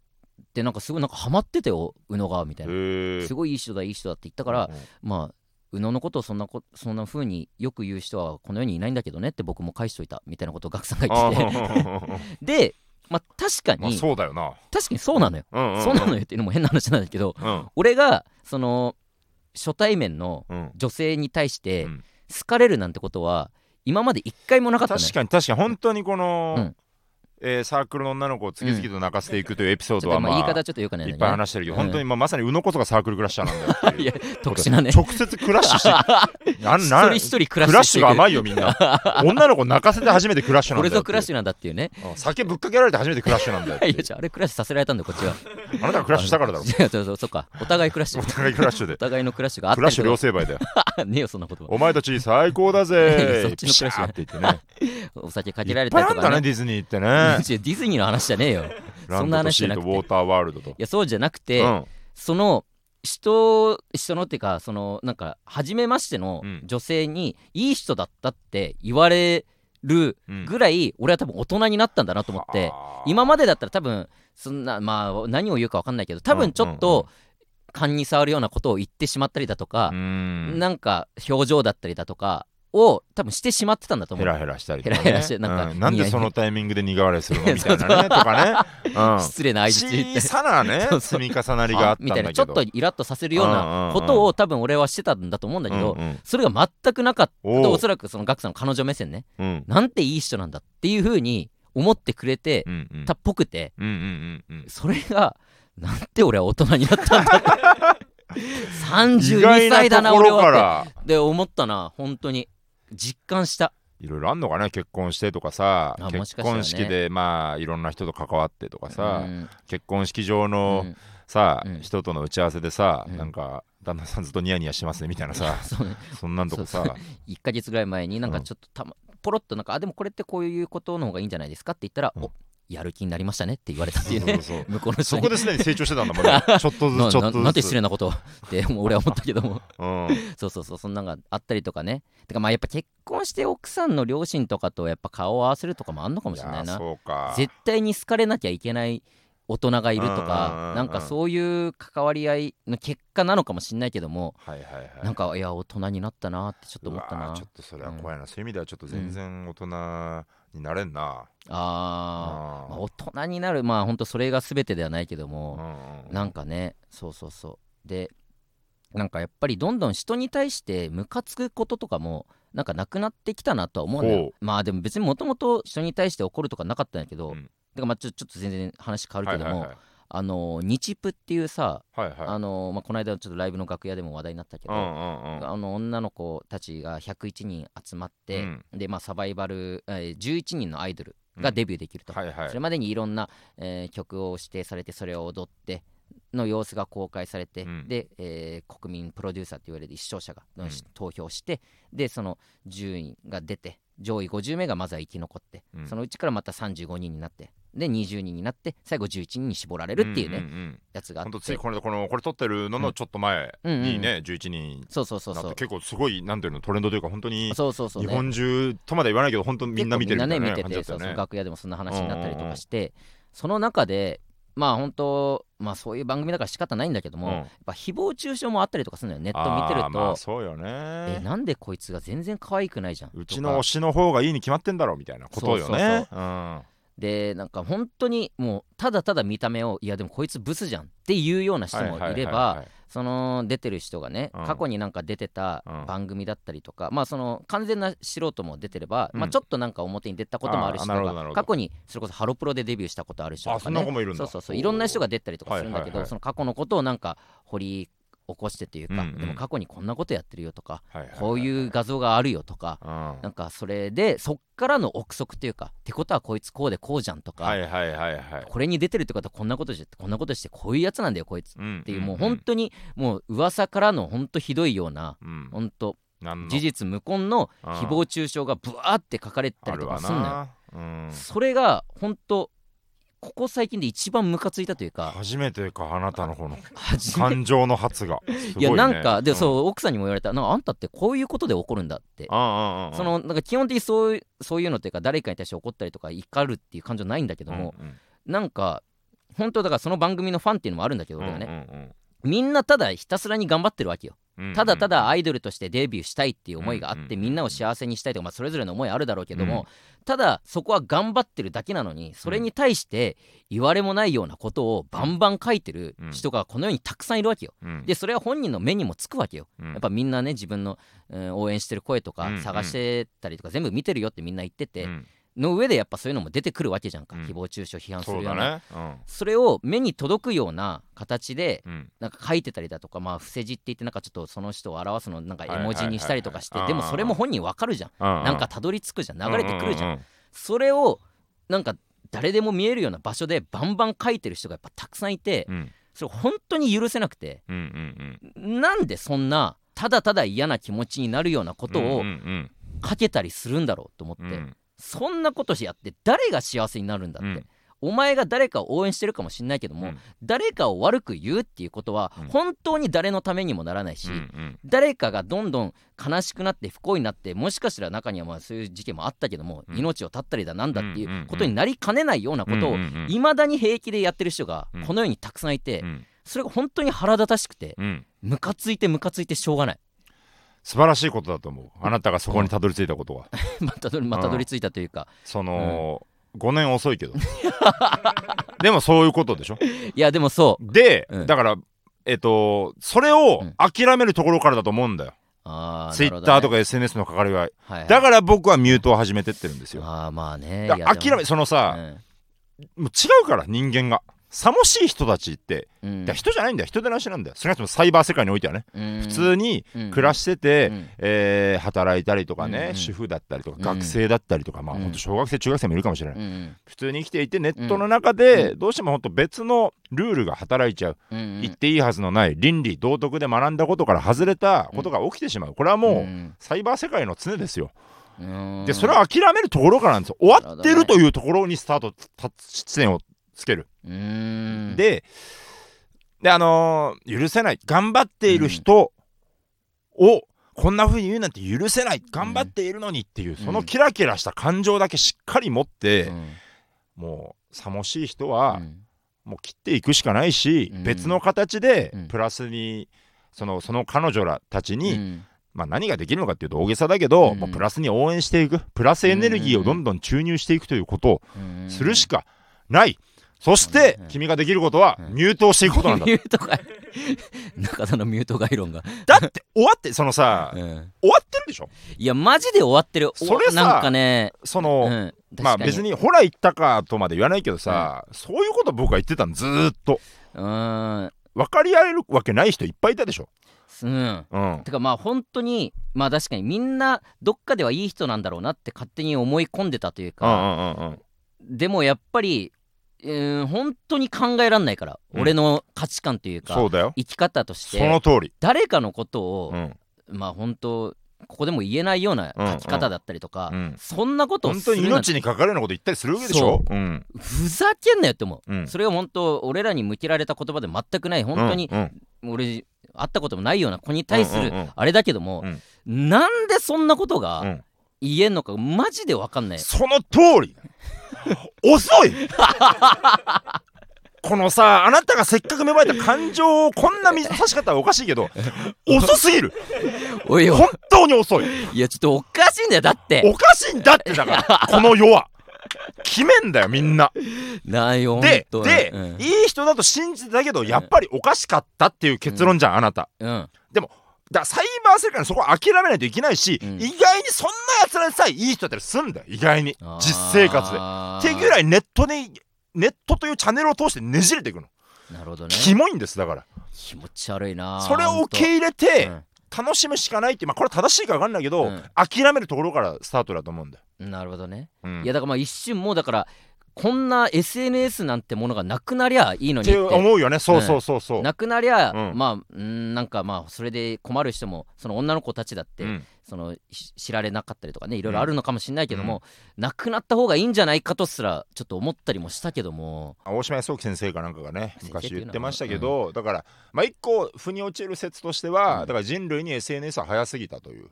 [SPEAKER 1] って、なんか、すごい、なんか、ハマってたよ、宇野がみたいな。
[SPEAKER 2] へえ
[SPEAKER 1] す
[SPEAKER 2] ごい
[SPEAKER 1] ごいいい人だいい人だって言ったから、まあ宇野のことをそんなこそんな風によく言う人はこの世にいないんだけどねって僕も返しといたみたいなことをガクさんが言ってて で、まあ、確かに、
[SPEAKER 2] まあそうだよな
[SPEAKER 1] 確かにそうなのよ、
[SPEAKER 2] うんうん
[SPEAKER 1] そうなのよっていうのも変な話なんだけど
[SPEAKER 2] うん
[SPEAKER 1] 俺がその初対面の
[SPEAKER 2] うん
[SPEAKER 1] 女性に対して
[SPEAKER 2] うん
[SPEAKER 1] 好かれるなんてことは今まで一回もなかったのよ
[SPEAKER 2] 確かに確かに本当にこ
[SPEAKER 1] う
[SPEAKER 2] の
[SPEAKER 1] ん
[SPEAKER 2] えーサークルの女の子を次々と泣かせていくというエピソー
[SPEAKER 1] ち
[SPEAKER 2] ド
[SPEAKER 1] ょっと
[SPEAKER 2] は
[SPEAKER 1] まあ
[SPEAKER 2] ま
[SPEAKER 1] 言い
[SPEAKER 2] あ
[SPEAKER 1] 方ちょっとよくないん
[SPEAKER 2] い
[SPEAKER 1] だ
[SPEAKER 2] っ
[SPEAKER 1] けど
[SPEAKER 2] ぱい
[SPEAKER 1] ね
[SPEAKER 2] 話してるけど
[SPEAKER 1] うん
[SPEAKER 2] 本当にまあまさに宇野こそがサークルクラッシャーなんだよっていう
[SPEAKER 1] 特殊なね
[SPEAKER 2] 直接クラッシ ュしてなん
[SPEAKER 1] 一
[SPEAKER 2] なん
[SPEAKER 1] 人一人クラッ
[SPEAKER 2] クラッ
[SPEAKER 1] シ
[SPEAKER 2] シ
[SPEAKER 1] ュし
[SPEAKER 2] ュが
[SPEAKER 1] てい
[SPEAKER 2] 甘いよみん な女の子泣かせて初めてクラッシュ
[SPEAKER 1] く
[SPEAKER 2] な
[SPEAKER 1] こ
[SPEAKER 2] んだ
[SPEAKER 1] れ
[SPEAKER 2] よ
[SPEAKER 1] ぞクラッシュなんだっていうね
[SPEAKER 2] ュ酒ぶっかけられて初めてクラッシュなんだよっ
[SPEAKER 1] い
[SPEAKER 2] て
[SPEAKER 1] や
[SPEAKER 2] い
[SPEAKER 1] いうやじゃああれクラッシュさせられたんだよこっちは
[SPEAKER 2] あなたがクラッシュしたからだろ
[SPEAKER 1] いやそうそうそうかお互いクラッシ
[SPEAKER 2] お
[SPEAKER 1] ュ
[SPEAKER 2] 互いクラッシュで
[SPEAKER 1] お 互いのクラッシュがあった
[SPEAKER 2] ク
[SPEAKER 1] り
[SPEAKER 2] ラッ
[SPEAKER 1] と
[SPEAKER 2] シュ
[SPEAKER 1] か
[SPEAKER 2] 両成敗 だよ
[SPEAKER 1] ねえよそんなことは
[SPEAKER 2] お前たち最高だぜ
[SPEAKER 1] そっちのクラッシュ
[SPEAKER 2] ピシャーって言ってね
[SPEAKER 1] お酒かけられた
[SPEAKER 2] ぱい
[SPEAKER 1] りと
[SPEAKER 2] あんだ
[SPEAKER 1] か
[SPEAKER 2] ね
[SPEAKER 1] ね
[SPEAKER 2] ディズニー行って ね
[SPEAKER 1] いやディズニーの話じゃねえよい
[SPEAKER 2] ラ
[SPEAKER 1] そん
[SPEAKER 2] ン
[SPEAKER 1] な話
[SPEAKER 2] ドと
[SPEAKER 1] じ
[SPEAKER 2] シ
[SPEAKER 1] ゃ
[SPEAKER 2] ー
[SPEAKER 1] なく
[SPEAKER 2] トウ
[SPEAKER 1] て
[SPEAKER 2] ォーターワールドと
[SPEAKER 1] やそうじゃなくて、
[SPEAKER 2] うん
[SPEAKER 1] その人人のっていうかそのなんか初めましての
[SPEAKER 2] うん
[SPEAKER 1] 女性にいい人だったって言われる
[SPEAKER 2] うん
[SPEAKER 1] ぐらい俺は多分大人になったんだなと思って
[SPEAKER 2] はあ
[SPEAKER 1] 今までだったら多分そんなまあ何を言うか分かんないけど多分ちょっと勘に触るようなことを言ってしまったりだとか
[SPEAKER 2] う、ん
[SPEAKER 1] なんか表情だったりだとかを多分してしまってたんだと思
[SPEAKER 2] ヘ
[SPEAKER 1] う
[SPEAKER 2] ラヘラしたりとかね
[SPEAKER 1] ヘラヘラしてなんか
[SPEAKER 2] うなんでそのタイミングで苦笑いするの みたいなねとかね
[SPEAKER 1] 失礼な
[SPEAKER 2] うん
[SPEAKER 1] 相槌って
[SPEAKER 2] 小さなね
[SPEAKER 1] そうそう
[SPEAKER 2] 積み重なりがあった ん
[SPEAKER 1] み
[SPEAKER 2] だ
[SPEAKER 1] た
[SPEAKER 2] け
[SPEAKER 1] いな
[SPEAKER 2] ど
[SPEAKER 1] ちょっとイラッとさせるようなこ
[SPEAKER 2] うん
[SPEAKER 1] と
[SPEAKER 2] うんう
[SPEAKER 1] を多分俺はしてたんだと思うんだけど、
[SPEAKER 2] うんうん
[SPEAKER 1] それが全くなかった
[SPEAKER 2] おう
[SPEAKER 1] おそらくそのガクさんの彼女目線ね
[SPEAKER 2] うん
[SPEAKER 1] なんていい人なんだっていうふうに思ってくれて
[SPEAKER 2] うんうん
[SPEAKER 1] たっぽくて
[SPEAKER 2] うんうんうんうん
[SPEAKER 1] それがなんて俺は大人になったんだ
[SPEAKER 2] 意
[SPEAKER 1] 32
[SPEAKER 2] 外
[SPEAKER 1] 歳だな
[SPEAKER 2] なとこ
[SPEAKER 1] 俺
[SPEAKER 2] ろか
[SPEAKER 1] はっ
[SPEAKER 2] ら
[SPEAKER 1] てで思ったな本当に実感した
[SPEAKER 2] いろいろあんのかね結婚してとかさ
[SPEAKER 1] あもし
[SPEAKER 2] 結
[SPEAKER 1] かしたらね
[SPEAKER 2] 婚式でまあいろんな人と関わってとかさ
[SPEAKER 1] うん
[SPEAKER 2] 結婚式場
[SPEAKER 1] う
[SPEAKER 2] の
[SPEAKER 1] ん
[SPEAKER 2] さ
[SPEAKER 1] うん
[SPEAKER 2] 人との打ち合わせでさ
[SPEAKER 1] うん
[SPEAKER 2] なんか旦那さんずっとニヤニヤしてますねみたいなさ
[SPEAKER 1] そうね
[SPEAKER 2] そんなんとかさ
[SPEAKER 1] 1ヶ月ぐらい前になんか
[SPEAKER 2] うん
[SPEAKER 1] ちょっとた、ま、ポロッとなんかあでもこれってこういうことの方がいいんじゃないですかって言ったら、
[SPEAKER 2] うん
[SPEAKER 1] おやる気になりましたねって言われたって
[SPEAKER 2] そ
[SPEAKER 1] いうう
[SPEAKER 2] そう
[SPEAKER 1] ね
[SPEAKER 2] そう
[SPEAKER 1] 向こうの人
[SPEAKER 2] そ
[SPEAKER 1] に
[SPEAKER 2] こですでに成長してたんだもんねちょっとず
[SPEAKER 1] な
[SPEAKER 2] つちょっ
[SPEAKER 1] な
[SPEAKER 2] とずつ
[SPEAKER 1] なんて失礼なことを ってもう俺は思ったけども
[SPEAKER 2] うん
[SPEAKER 1] そうそうそうそんなのがあったりとかねてかまあやっぱ結婚して奥さんの両親とかとやっぱ顔を合わせるとかもあんのかもしれない
[SPEAKER 2] や
[SPEAKER 1] な
[SPEAKER 2] そうか
[SPEAKER 1] 絶対に好かれなきゃいけない大人がいると
[SPEAKER 2] うんうんうんう
[SPEAKER 1] か
[SPEAKER 2] ん
[SPEAKER 1] なんかそういう関わり合いの結果なのかもしれないけども
[SPEAKER 2] はいはいはい
[SPEAKER 1] なんかいや大人になったなってちょっと
[SPEAKER 2] う
[SPEAKER 1] 思
[SPEAKER 2] わ
[SPEAKER 1] った
[SPEAKER 2] ー
[SPEAKER 1] な
[SPEAKER 2] ちょっとそれは怖いな、そういう意味ではちょっと全然大人になれんな、
[SPEAKER 1] あーまあ
[SPEAKER 2] あ
[SPEAKER 1] 大人になるまあ本当それが全てではないけども、
[SPEAKER 2] ー
[SPEAKER 1] なんかねそうそうそうでなんかやっぱりどんどん人に対してムカつくこととかもなんかなくなってきたなとは思うんだ
[SPEAKER 2] ほ
[SPEAKER 1] よまあでも別にもともと人に対して怒るとかなかったんだけど、
[SPEAKER 2] うん
[SPEAKER 1] てかまあちょちょっと全然話変わるけども、
[SPEAKER 2] はいはい
[SPEAKER 1] あの日プっていうさ、
[SPEAKER 2] はいはいはい
[SPEAKER 1] あのまあ、この間ちょっとライブの楽屋でも話題になったけど、
[SPEAKER 2] うんうんうん
[SPEAKER 1] あの女の子たちが101人集まって、でまあサバイバル、えー11人のアイドルがデビューできると、
[SPEAKER 2] はいはい
[SPEAKER 1] それまでにいろんな、えー曲を指定されてそれを踊っての様子が公開されて、
[SPEAKER 2] うん
[SPEAKER 1] で、えー国民プロデューサーと言われる視聴者が、
[SPEAKER 2] うん
[SPEAKER 1] 投票してでその10人が出て上位50名がまずは生き残って、
[SPEAKER 2] うん
[SPEAKER 1] そのうちからまた35人になってで20人になって最後11人に絞られるっていうね、
[SPEAKER 2] んんん
[SPEAKER 1] やつがあ
[SPEAKER 2] ほ
[SPEAKER 1] っ
[SPEAKER 2] んとつい
[SPEAKER 1] て
[SPEAKER 2] これこのこれ撮ってるの
[SPEAKER 1] う
[SPEAKER 2] の
[SPEAKER 1] ん
[SPEAKER 2] ちょっと前
[SPEAKER 1] うんうん
[SPEAKER 2] にね、11人に
[SPEAKER 1] そうそうそう
[SPEAKER 2] な
[SPEAKER 1] そ
[SPEAKER 2] っ
[SPEAKER 1] う
[SPEAKER 2] て結構すごいなんていうのトレンドというか本当に
[SPEAKER 1] そうそうそう、
[SPEAKER 2] 日
[SPEAKER 1] ね、
[SPEAKER 2] 本中とまでは言わないけど本当みんな見てるみたいな
[SPEAKER 1] 結構
[SPEAKER 2] ね
[SPEAKER 1] みんな
[SPEAKER 2] 感じ
[SPEAKER 1] ね見
[SPEAKER 2] だ
[SPEAKER 1] て
[SPEAKER 2] ってた
[SPEAKER 1] そ
[SPEAKER 2] よ
[SPEAKER 1] うそう
[SPEAKER 2] ね
[SPEAKER 1] 楽屋でもそんな話になったりとかしてその中でまあ本当まあそういう番組だから仕方ないんだけども、
[SPEAKER 2] うん
[SPEAKER 1] やっぱ誹謗中傷もあったりとかするのよネット見てる
[SPEAKER 2] あ
[SPEAKER 1] と、
[SPEAKER 2] ーまあそうよ
[SPEAKER 1] え
[SPEAKER 2] ね
[SPEAKER 1] なんでこいつが全然可愛くないじゃん
[SPEAKER 2] う
[SPEAKER 1] とか
[SPEAKER 2] ちの推しの方がいいに決まってんだろうみたいなことよ
[SPEAKER 1] そうそう
[SPEAKER 2] ねうん
[SPEAKER 1] でなんか本当にもうただただ見た目をいやでもこいつブスじゃんっていうような人もいればその出てる人がね、
[SPEAKER 2] うん
[SPEAKER 1] 過去になんか出てた
[SPEAKER 2] うん
[SPEAKER 1] 番組だったりとか、まあその完全な素人も出てれば、
[SPEAKER 2] うん
[SPEAKER 1] まあちょっとなんか表に出たこともある人
[SPEAKER 2] あーなるほどなる
[SPEAKER 1] が
[SPEAKER 2] ほど
[SPEAKER 1] 過去にそれこそハロプロでデビューしたことある人と
[SPEAKER 2] あ
[SPEAKER 1] か
[SPEAKER 2] そんな
[SPEAKER 1] ね
[SPEAKER 2] 子もいるんだ
[SPEAKER 1] そうそうそういろんな人が出たりとかするんだけど、
[SPEAKER 2] はいはいはい
[SPEAKER 1] その過去のことをなんか掘り起こしてというか、
[SPEAKER 2] うんうん
[SPEAKER 1] でも過去にこんなことやってるよとか、
[SPEAKER 2] はいはいはい
[SPEAKER 1] こういう画像があるよとか、
[SPEAKER 2] うんは
[SPEAKER 1] なんかそれでそっからの憶測というかってことはこいつこうでこうじゃんとか、
[SPEAKER 2] いはいはいはい
[SPEAKER 1] これに出てるってことはこんなことしてこんなことしてこういうやつなんだよこいつっ
[SPEAKER 2] って
[SPEAKER 1] いう、もう本当にもう噂からの本当ひどいような
[SPEAKER 2] うん
[SPEAKER 1] 本当
[SPEAKER 2] なんの
[SPEAKER 1] 事実無根の
[SPEAKER 2] うん
[SPEAKER 1] 誹謗中傷がブワーって書かれた
[SPEAKER 2] あ
[SPEAKER 1] りと
[SPEAKER 2] る
[SPEAKER 1] か
[SPEAKER 2] わ
[SPEAKER 1] すんのよ。
[SPEAKER 2] な、うん、
[SPEAKER 1] それが本当ここ最近で一番ムカついたというか
[SPEAKER 2] 初めてかあなたのこの
[SPEAKER 1] 初め
[SPEAKER 2] 感情の発がすごい,、ね、
[SPEAKER 1] いやなんかで
[SPEAKER 2] う
[SPEAKER 1] そう奥さんにも言われたなんかあんたってこういうことで怒るんだって
[SPEAKER 2] んうんうんうん
[SPEAKER 1] そのなんか基本的にそういうそういうのというか誰かに対して怒ったりとか怒るっていう感情ないんだけども、
[SPEAKER 2] うんうん
[SPEAKER 1] なんか本当だからその番組のファンっていうのもあるんだけど俺はね、
[SPEAKER 2] ね、
[SPEAKER 1] みんなただひたすらに頑張ってるわけよ、
[SPEAKER 2] うんうんうん
[SPEAKER 1] ただただアイドルとしてデビューしたいっていう思いがあって、
[SPEAKER 2] うんうん
[SPEAKER 1] みんなを幸せにしたいとか、まあ、それぞれの思いあるだろうけども、ただそこは頑張ってるだけなのにそれに対して言われもないようなことをバンバン書いてる人がこの世にたくさんいるわけよ
[SPEAKER 2] うん
[SPEAKER 1] でそれは本人の目にもつくわけよ
[SPEAKER 2] うん
[SPEAKER 1] やっぱみんなね自分の、うん応援してる声と
[SPEAKER 2] う
[SPEAKER 1] か
[SPEAKER 2] ん
[SPEAKER 1] 探してたりとか、全部見てるよってみんな言ってて、
[SPEAKER 2] うん
[SPEAKER 1] の上でやっぱそういうのも出てくるわけじゃんか、
[SPEAKER 2] うん
[SPEAKER 1] 誹謗中傷批判す
[SPEAKER 2] そ
[SPEAKER 1] る
[SPEAKER 2] う
[SPEAKER 1] よう
[SPEAKER 2] だ
[SPEAKER 1] なそ,、
[SPEAKER 2] ね、うん
[SPEAKER 1] れを目に届くような形で
[SPEAKER 2] うん、
[SPEAKER 1] なんか書いてたりだとかまあ伏せ字って言ってなんかちょっとその人を表すのなんか絵
[SPEAKER 2] はいはいは
[SPEAKER 1] 文
[SPEAKER 2] い
[SPEAKER 1] 字にしたりとかして、
[SPEAKER 2] あー
[SPEAKER 1] でもそれも本人わかるじゃん、な
[SPEAKER 2] なん
[SPEAKER 1] かたどり着くじゃん流れてくるじゃん、
[SPEAKER 2] ん、
[SPEAKER 1] それをなんか誰でも見えるような場所でバンバン書いてる人がやっぱたくさんいて
[SPEAKER 2] うんうん
[SPEAKER 1] それ本当に許せなくて
[SPEAKER 2] うんうんうん
[SPEAKER 1] なんでそんなただただ嫌な気持ちになるようなこと
[SPEAKER 2] う
[SPEAKER 1] を
[SPEAKER 2] んうん
[SPEAKER 1] かけたりするんだろうと思って、
[SPEAKER 2] うんうん
[SPEAKER 1] そんなことしやって誰が幸せになるんだって、
[SPEAKER 2] うん
[SPEAKER 1] お前が誰かを応援してるかもしれないけども、
[SPEAKER 2] うん
[SPEAKER 1] 誰かを悪く言うっていうことは
[SPEAKER 2] うん
[SPEAKER 1] 本当に誰のためにもならないし、
[SPEAKER 2] うん
[SPEAKER 1] 誰かがどんどん悲しくなって不幸になってもしかしたら中にはまあそういう事件もあったけども、
[SPEAKER 2] うん
[SPEAKER 1] 命を絶ったりだなんだってい
[SPEAKER 2] んうんう
[SPEAKER 1] うんことになりかねないようなこ
[SPEAKER 2] うん
[SPEAKER 1] とを
[SPEAKER 2] うんうん
[SPEAKER 1] いまだに平気でやってる人が
[SPEAKER 2] うん
[SPEAKER 1] この世にたくさんいて
[SPEAKER 2] うん
[SPEAKER 1] それが本当に腹立たしくて
[SPEAKER 2] うん
[SPEAKER 1] ムカついてムカついてしょうがない
[SPEAKER 2] 素晴らしいことだと思うあなたがそこにたどり着いたことは
[SPEAKER 1] またどりまたどり着いたというか
[SPEAKER 2] その、5年遅いけどでもそういうことでしょ
[SPEAKER 1] いやでもそう
[SPEAKER 2] で、
[SPEAKER 1] うん
[SPEAKER 2] だからえっとそれを
[SPEAKER 1] うん
[SPEAKER 2] 諦めるところからだと思うんだよ、
[SPEAKER 1] あ
[SPEAKER 2] ツイッターと
[SPEAKER 1] か、
[SPEAKER 2] か SNS の関わりは
[SPEAKER 1] はいはい
[SPEAKER 2] だから僕はミュートを始めてってるんですよ、
[SPEAKER 1] ああまあね
[SPEAKER 2] だ
[SPEAKER 1] い
[SPEAKER 2] か
[SPEAKER 1] や
[SPEAKER 2] ら諦
[SPEAKER 1] で
[SPEAKER 2] めそのさ、もう違うから人間がさもしい人たちって、
[SPEAKER 1] もうん
[SPEAKER 2] だから人じゃないんだよ人でなしなんだよ少なくともサイバー世界においてはね、
[SPEAKER 1] うん
[SPEAKER 2] 普通に暮ら
[SPEAKER 1] し
[SPEAKER 2] してて、
[SPEAKER 1] うん
[SPEAKER 2] えー働いたりとかね、
[SPEAKER 1] うんうん
[SPEAKER 2] 主婦だったりとか、
[SPEAKER 1] うん
[SPEAKER 2] 学生だったりとかまあ
[SPEAKER 1] うん
[SPEAKER 2] ほんと小学生中学生もいるかもしれない、
[SPEAKER 1] うんうん
[SPEAKER 2] 普通に生きていてネットの中でどうしてもほんと別のルールが働いちゃう
[SPEAKER 1] うんうん
[SPEAKER 2] 言っていいはずのない倫理道徳で学んだことから外れたことが起きてしまうこれは
[SPEAKER 1] う
[SPEAKER 2] もう
[SPEAKER 1] ん
[SPEAKER 2] サイバー世界の常ですよ
[SPEAKER 1] うん
[SPEAKER 2] でそれは諦めるところからなんですよ終わってるというところにスタートた地点をつける、
[SPEAKER 1] うーん
[SPEAKER 2] でであのー許せない頑張っている人を、こんな風に言うなんて許せない頑張っているのにっていう、そのキラキラした感情だけしっかり持って、
[SPEAKER 1] うん
[SPEAKER 2] もうさもしい人は
[SPEAKER 1] う、ん
[SPEAKER 2] もう切っていくしかないし、
[SPEAKER 1] うん
[SPEAKER 2] 別の形で
[SPEAKER 1] うん
[SPEAKER 2] プラスにそのその彼女らたちに、
[SPEAKER 1] うん
[SPEAKER 2] まあ、何ができるのかっていうと大げさだけど、
[SPEAKER 1] うん
[SPEAKER 2] もうプラスに応援していくプラスエネルギーをどんどん注入していくということを
[SPEAKER 1] うん
[SPEAKER 2] するしかない、そして、
[SPEAKER 1] うん
[SPEAKER 2] 君ができることは
[SPEAKER 1] うん
[SPEAKER 2] ミュートをしていくことなんだ、
[SPEAKER 1] ミュートが中田のミュート概論が、
[SPEAKER 2] だって終わってそのさ、
[SPEAKER 1] うん、
[SPEAKER 2] 終わってるでしょ
[SPEAKER 1] いやマジで終わってるお
[SPEAKER 2] それさ
[SPEAKER 1] なんかね、
[SPEAKER 2] そうの、
[SPEAKER 1] ん、
[SPEAKER 2] まあ
[SPEAKER 1] 確か
[SPEAKER 2] 別にほら言ったかとまで言わないけどさ、そういうこと僕は言ってたのずーっと
[SPEAKER 1] うーん
[SPEAKER 2] 分かり合えるわけない人いっぱいいたでしょ
[SPEAKER 1] うん
[SPEAKER 2] うん
[SPEAKER 1] てかまあ本当にまあ確かにみんなどっかではいい人なんだろうなって勝手に思い込んでたという
[SPEAKER 2] うんう
[SPEAKER 1] か、
[SPEAKER 2] んうんうん
[SPEAKER 1] でもやっぱり、うん、本当に考えらんないから、
[SPEAKER 2] うん
[SPEAKER 1] 俺の価値観というか
[SPEAKER 2] そうだよ
[SPEAKER 1] 生き方とし
[SPEAKER 2] その
[SPEAKER 1] て
[SPEAKER 2] 通り、
[SPEAKER 1] 誰かのことを、
[SPEAKER 2] うん、
[SPEAKER 1] まあ本当ここでも言えないような書き方だったりとか、
[SPEAKER 2] うんうん
[SPEAKER 1] そんなことを
[SPEAKER 2] 本
[SPEAKER 1] す
[SPEAKER 2] 当
[SPEAKER 1] る
[SPEAKER 2] に
[SPEAKER 1] なんて
[SPEAKER 2] 命に関わるようなこと言ったりするわけでしょうん
[SPEAKER 1] ふざけんなよって思う、
[SPEAKER 2] うん
[SPEAKER 1] それが本当俺らに向けられた言葉で全くない本当に
[SPEAKER 2] うんうん
[SPEAKER 1] 俺会ったこともないような子に対す
[SPEAKER 2] う
[SPEAKER 1] る
[SPEAKER 2] んうんうん
[SPEAKER 1] あれだけども、なんでそんなことが、
[SPEAKER 2] うん
[SPEAKER 1] 言えんのかマジで分かんない
[SPEAKER 2] その通り遅 いこのさあなたがせっかく芽生えた感情をこんな水差し方はおかしいけど遅すぎる
[SPEAKER 1] おいよ
[SPEAKER 2] 本当に遅い
[SPEAKER 1] いやちょっとおかしいんだよだって
[SPEAKER 2] おかしいんだってだか らこの世は決めんだよみんな
[SPEAKER 1] ないよ
[SPEAKER 2] で
[SPEAKER 1] ほんと
[SPEAKER 2] で、
[SPEAKER 1] うん
[SPEAKER 2] いい人だと信じてたけどやっぱりおかしかったっていう結論じゃん、あなた
[SPEAKER 1] うん
[SPEAKER 2] だからサイバー世界のそこは諦めないといけないし、
[SPEAKER 1] うん
[SPEAKER 2] 意外にそんな奴らでさえいい人だったりすんだよ意外に実生活で
[SPEAKER 1] あ
[SPEAKER 2] っ
[SPEAKER 1] ー
[SPEAKER 2] てぐらいネットにネットというチャンネルを通してねじれていくの、
[SPEAKER 1] なるほどね
[SPEAKER 2] キモいんですだから
[SPEAKER 1] 気持ち悪いな
[SPEAKER 2] それを受け入れて楽しむしかないっていうまあこれは正しいか分かんないけど、
[SPEAKER 1] うん
[SPEAKER 2] 諦めるところからスタートだと思うんだよ、
[SPEAKER 1] うんなるほどね
[SPEAKER 2] うん
[SPEAKER 1] いやだからまあ一瞬もうだからこんな SNS なんてものがなくなりゃいいの
[SPEAKER 2] っ
[SPEAKER 1] にってて
[SPEAKER 2] 思うよねそうそうそうそう、
[SPEAKER 1] なくなりゃ、
[SPEAKER 2] うん
[SPEAKER 1] まあうんなんかまあそれで困る人もその女の子たちだって、
[SPEAKER 2] うん
[SPEAKER 1] そのし知られなかったりとかねいろいろあるのかもしれないけども、なくなった方がいいんじゃないかとすらちょっと思ったりもしたけども
[SPEAKER 2] 大島康之先生かなんかがね
[SPEAKER 1] 先生って
[SPEAKER 2] 昔
[SPEAKER 1] いうのは
[SPEAKER 2] 言ってましたけど、だからまあ一個腑に落ちる説としては、
[SPEAKER 1] うん
[SPEAKER 2] だから人類に SNS は早すぎたという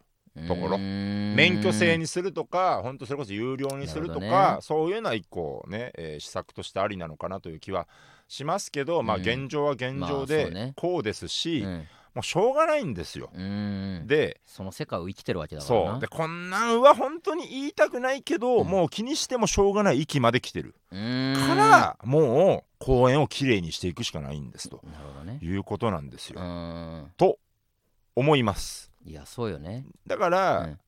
[SPEAKER 2] ところ
[SPEAKER 1] うーん
[SPEAKER 2] 免許制にするとか本当それこそ有料にすると
[SPEAKER 1] なるほ
[SPEAKER 2] か
[SPEAKER 1] どね
[SPEAKER 2] そういうのは一個ね、えー施策としてありなのかなという気はしますけど、まあ
[SPEAKER 1] うん
[SPEAKER 2] 現状は現
[SPEAKER 1] まあ
[SPEAKER 2] 状
[SPEAKER 1] そうね
[SPEAKER 2] でこうですし、
[SPEAKER 1] うん
[SPEAKER 2] もうしょうがないんですよ。
[SPEAKER 1] うーん
[SPEAKER 2] で
[SPEAKER 1] その世界を生きてるわけだからな
[SPEAKER 2] そうでこんなんは本当に言いたくないけど、
[SPEAKER 1] うん
[SPEAKER 2] もう気にしてもしょうがない域まで来てる
[SPEAKER 1] うーん
[SPEAKER 2] から、もう公園をきれいにしていくしかないんですと
[SPEAKER 1] なるほどね
[SPEAKER 2] いうことなんです
[SPEAKER 1] う
[SPEAKER 2] よ、
[SPEAKER 1] ーん
[SPEAKER 2] 思います
[SPEAKER 1] いやそうよね
[SPEAKER 2] だから、
[SPEAKER 1] うん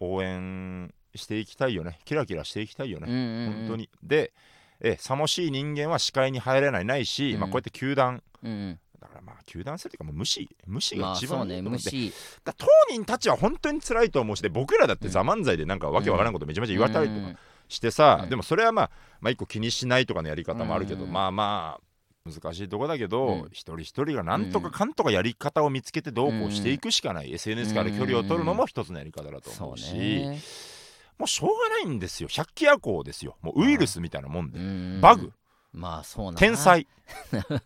[SPEAKER 2] 応援していきたいよねキラキラしていきたいよね、
[SPEAKER 1] 本
[SPEAKER 2] 本当、に。で、え、さもしい人間は視界に入れないないし、
[SPEAKER 1] うん
[SPEAKER 2] まあこうやって球団、
[SPEAKER 1] うんうん
[SPEAKER 2] だからまあ球団制というかもう無視、無視
[SPEAKER 1] ま
[SPEAKER 2] が
[SPEAKER 1] あ
[SPEAKER 2] 一
[SPEAKER 1] そう
[SPEAKER 2] 番いい
[SPEAKER 1] ね
[SPEAKER 2] と思うんで、
[SPEAKER 1] 虫
[SPEAKER 2] だ当人たちは本当に辛いと思うし、で僕らだって
[SPEAKER 1] うん
[SPEAKER 2] ザ漫才でなんかわけわからんことめちゃめちゃ言われたりとかして
[SPEAKER 1] うん
[SPEAKER 2] さ、
[SPEAKER 1] うん
[SPEAKER 2] でもそれはまあ、まあ一個気にしないとかのやり方もあるけど、
[SPEAKER 1] うん
[SPEAKER 2] まあまあ、難しいとこだけど、
[SPEAKER 1] うん
[SPEAKER 2] 一人一人がなんとかかんとかやり方を見つけてどうこうしていくしかない、SNS から距離を取るのも一つのやり方だと
[SPEAKER 1] そ
[SPEAKER 2] 思
[SPEAKER 1] う
[SPEAKER 2] うし、
[SPEAKER 1] ね
[SPEAKER 2] もうしょうがないんですよ百鬼夜行ですよもうウイルスみたいなもんで、
[SPEAKER 1] うん
[SPEAKER 2] バグ
[SPEAKER 1] まあそうなんだ
[SPEAKER 2] 天才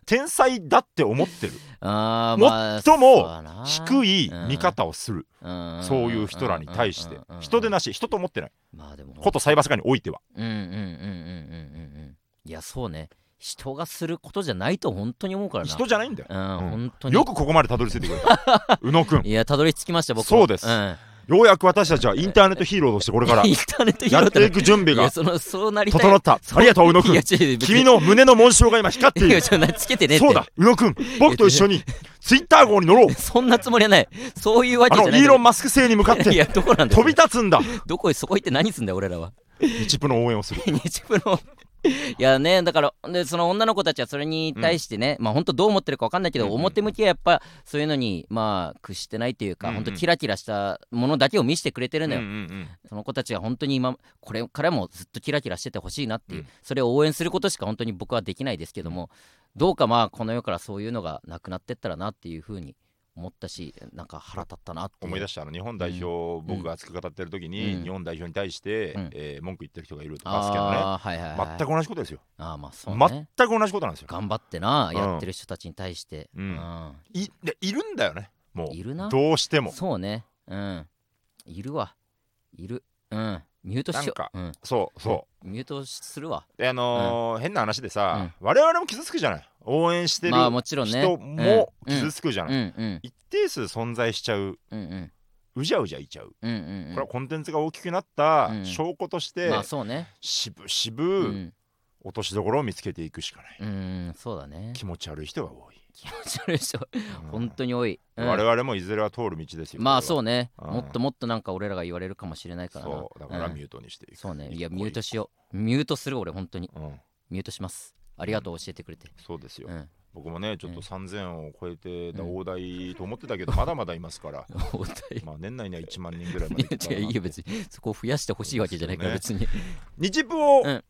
[SPEAKER 2] 天才だって思ってる
[SPEAKER 1] あーまあ
[SPEAKER 2] 最も
[SPEAKER 1] そうだな
[SPEAKER 2] 低い見方をする、
[SPEAKER 1] うんん
[SPEAKER 2] そういう人らに対して
[SPEAKER 1] うんうんうんうん
[SPEAKER 2] 人でなし人と思ってない
[SPEAKER 1] まあでも
[SPEAKER 2] ことサイバー世界においては
[SPEAKER 1] うんうんうんうんうんうんうんいやそうね人がすることじゃないと本当に思うからな
[SPEAKER 2] 人じゃないんだよ
[SPEAKER 1] うん、本当に
[SPEAKER 2] よくここまでたどり着いてくれた宇野くん
[SPEAKER 1] いやたどり着きました僕も
[SPEAKER 2] そうです
[SPEAKER 1] ん、イン
[SPEAKER 2] ようやく私たちはインターネットヒーローとしてこれ
[SPEAKER 1] タ
[SPEAKER 2] から
[SPEAKER 1] ーネット
[SPEAKER 2] やってい
[SPEAKER 1] く
[SPEAKER 2] く準備
[SPEAKER 1] いや
[SPEAKER 2] が
[SPEAKER 1] そのそうなりたい
[SPEAKER 2] 整ったありがとう宇野く
[SPEAKER 1] いや
[SPEAKER 2] ん
[SPEAKER 1] ちょ別に
[SPEAKER 2] 君の胸の紋章が今光ってい
[SPEAKER 1] いや
[SPEAKER 2] る
[SPEAKER 1] ちょつけてねって
[SPEAKER 2] そうだ宇野くん僕と一緒にツイッター号に乗ろう
[SPEAKER 1] そんなつもりはないそういうわけ
[SPEAKER 2] あ
[SPEAKER 1] じゃ
[SPEAKER 2] の
[SPEAKER 1] ない
[SPEAKER 2] イーロン・マスク星に向かっ
[SPEAKER 1] い
[SPEAKER 2] て
[SPEAKER 1] やどこなんだよ
[SPEAKER 2] 飛び立つんだ
[SPEAKER 1] どこそこ行って何すんだよ俺らは
[SPEAKER 2] 日プの応援をする
[SPEAKER 1] 日プロいやねだからでその女の子たちはそれに対してね、まあ本当どう思ってるか分かんないけど、
[SPEAKER 2] うんうん
[SPEAKER 1] 表向きはやっぱそういうのにまあ屈してないというか、
[SPEAKER 2] うんうん
[SPEAKER 1] 本当キラキラしたものだけを見せてくれてるのよ、
[SPEAKER 2] うんうんうん
[SPEAKER 1] その子たちは本当に今これからもずっとキラキラしててほしいなっていう、
[SPEAKER 2] うん
[SPEAKER 1] それを応援することしか本当に僕はできないですけども、どうかまあこの世からそういうのがなくなってったらなっていうふうに思ったしなんか腹立ったなって
[SPEAKER 2] 思い出
[SPEAKER 1] し
[SPEAKER 2] したあの日本代表を僕が熱く語ってる時に、
[SPEAKER 1] うん
[SPEAKER 2] 日本代表に対して、
[SPEAKER 1] うん
[SPEAKER 2] えー文句言ってる人がいると
[SPEAKER 1] た
[SPEAKER 2] バスケのね
[SPEAKER 1] あーはいはい、はい、
[SPEAKER 2] 全く同じことですよ、
[SPEAKER 1] あーまあそう
[SPEAKER 2] 全
[SPEAKER 1] ね
[SPEAKER 2] く同じことなんですよ
[SPEAKER 1] 頑張ってな
[SPEAKER 2] うん
[SPEAKER 1] やってる人たちに対して、う
[SPEAKER 2] う
[SPEAKER 1] ん
[SPEAKER 2] んいでいるんだよねもう
[SPEAKER 1] いるな
[SPEAKER 2] どうしても
[SPEAKER 1] そうねうんいるわいるうんミュートしよううん、
[SPEAKER 2] そうそ
[SPEAKER 1] ミュートするわ
[SPEAKER 2] うであのー変な話でさ、我々も傷つくじゃない応援してる
[SPEAKER 1] まあもちろんね
[SPEAKER 2] 人も
[SPEAKER 1] うん
[SPEAKER 2] 傷つくじゃない、
[SPEAKER 1] うんうん
[SPEAKER 2] 一定数存在しちゃう
[SPEAKER 1] うんうん
[SPEAKER 2] うじゃうじゃいちゃう、
[SPEAKER 1] うんうんうん
[SPEAKER 2] これはコンテンツが大きくなった
[SPEAKER 1] うん
[SPEAKER 2] 証拠として、
[SPEAKER 1] まあそうね
[SPEAKER 2] しぶし
[SPEAKER 1] う
[SPEAKER 2] ぶ
[SPEAKER 1] ん、
[SPEAKER 2] 落としどころを見つけていくしかない、
[SPEAKER 1] うん、そうだね
[SPEAKER 2] 気持ち悪い人が多い、
[SPEAKER 1] 気持ち悪い人
[SPEAKER 2] うん
[SPEAKER 1] 本当に多い、うん
[SPEAKER 2] 我々もいずれは通る道ですよ
[SPEAKER 1] まあ
[SPEAKER 2] こ
[SPEAKER 1] そうね、
[SPEAKER 2] うん
[SPEAKER 1] もっともっとなんか俺らが言われるかもしれない
[SPEAKER 2] れ
[SPEAKER 1] からな
[SPEAKER 2] はそうだから
[SPEAKER 1] うん
[SPEAKER 2] ミュートにしていく、
[SPEAKER 1] そうねいや
[SPEAKER 2] 一個
[SPEAKER 1] ミュートしようミュートする俺本当に
[SPEAKER 2] 一個うん
[SPEAKER 1] ミュートしますありがとう教えてくれて
[SPEAKER 2] そうですよ、
[SPEAKER 1] うん
[SPEAKER 2] 僕もねちょっと3000を超えてた
[SPEAKER 1] うん
[SPEAKER 2] 大台と思ってたけど、まだまだいますから
[SPEAKER 1] お互 い
[SPEAKER 2] まあ年内には1万人ぐらいまで行っ た
[SPEAKER 1] い
[SPEAKER 2] ら
[SPEAKER 1] や
[SPEAKER 2] ない
[SPEAKER 1] いよ別にそこを増やしてほしいわけじゃないから別に、
[SPEAKER 2] 日プを
[SPEAKER 1] うん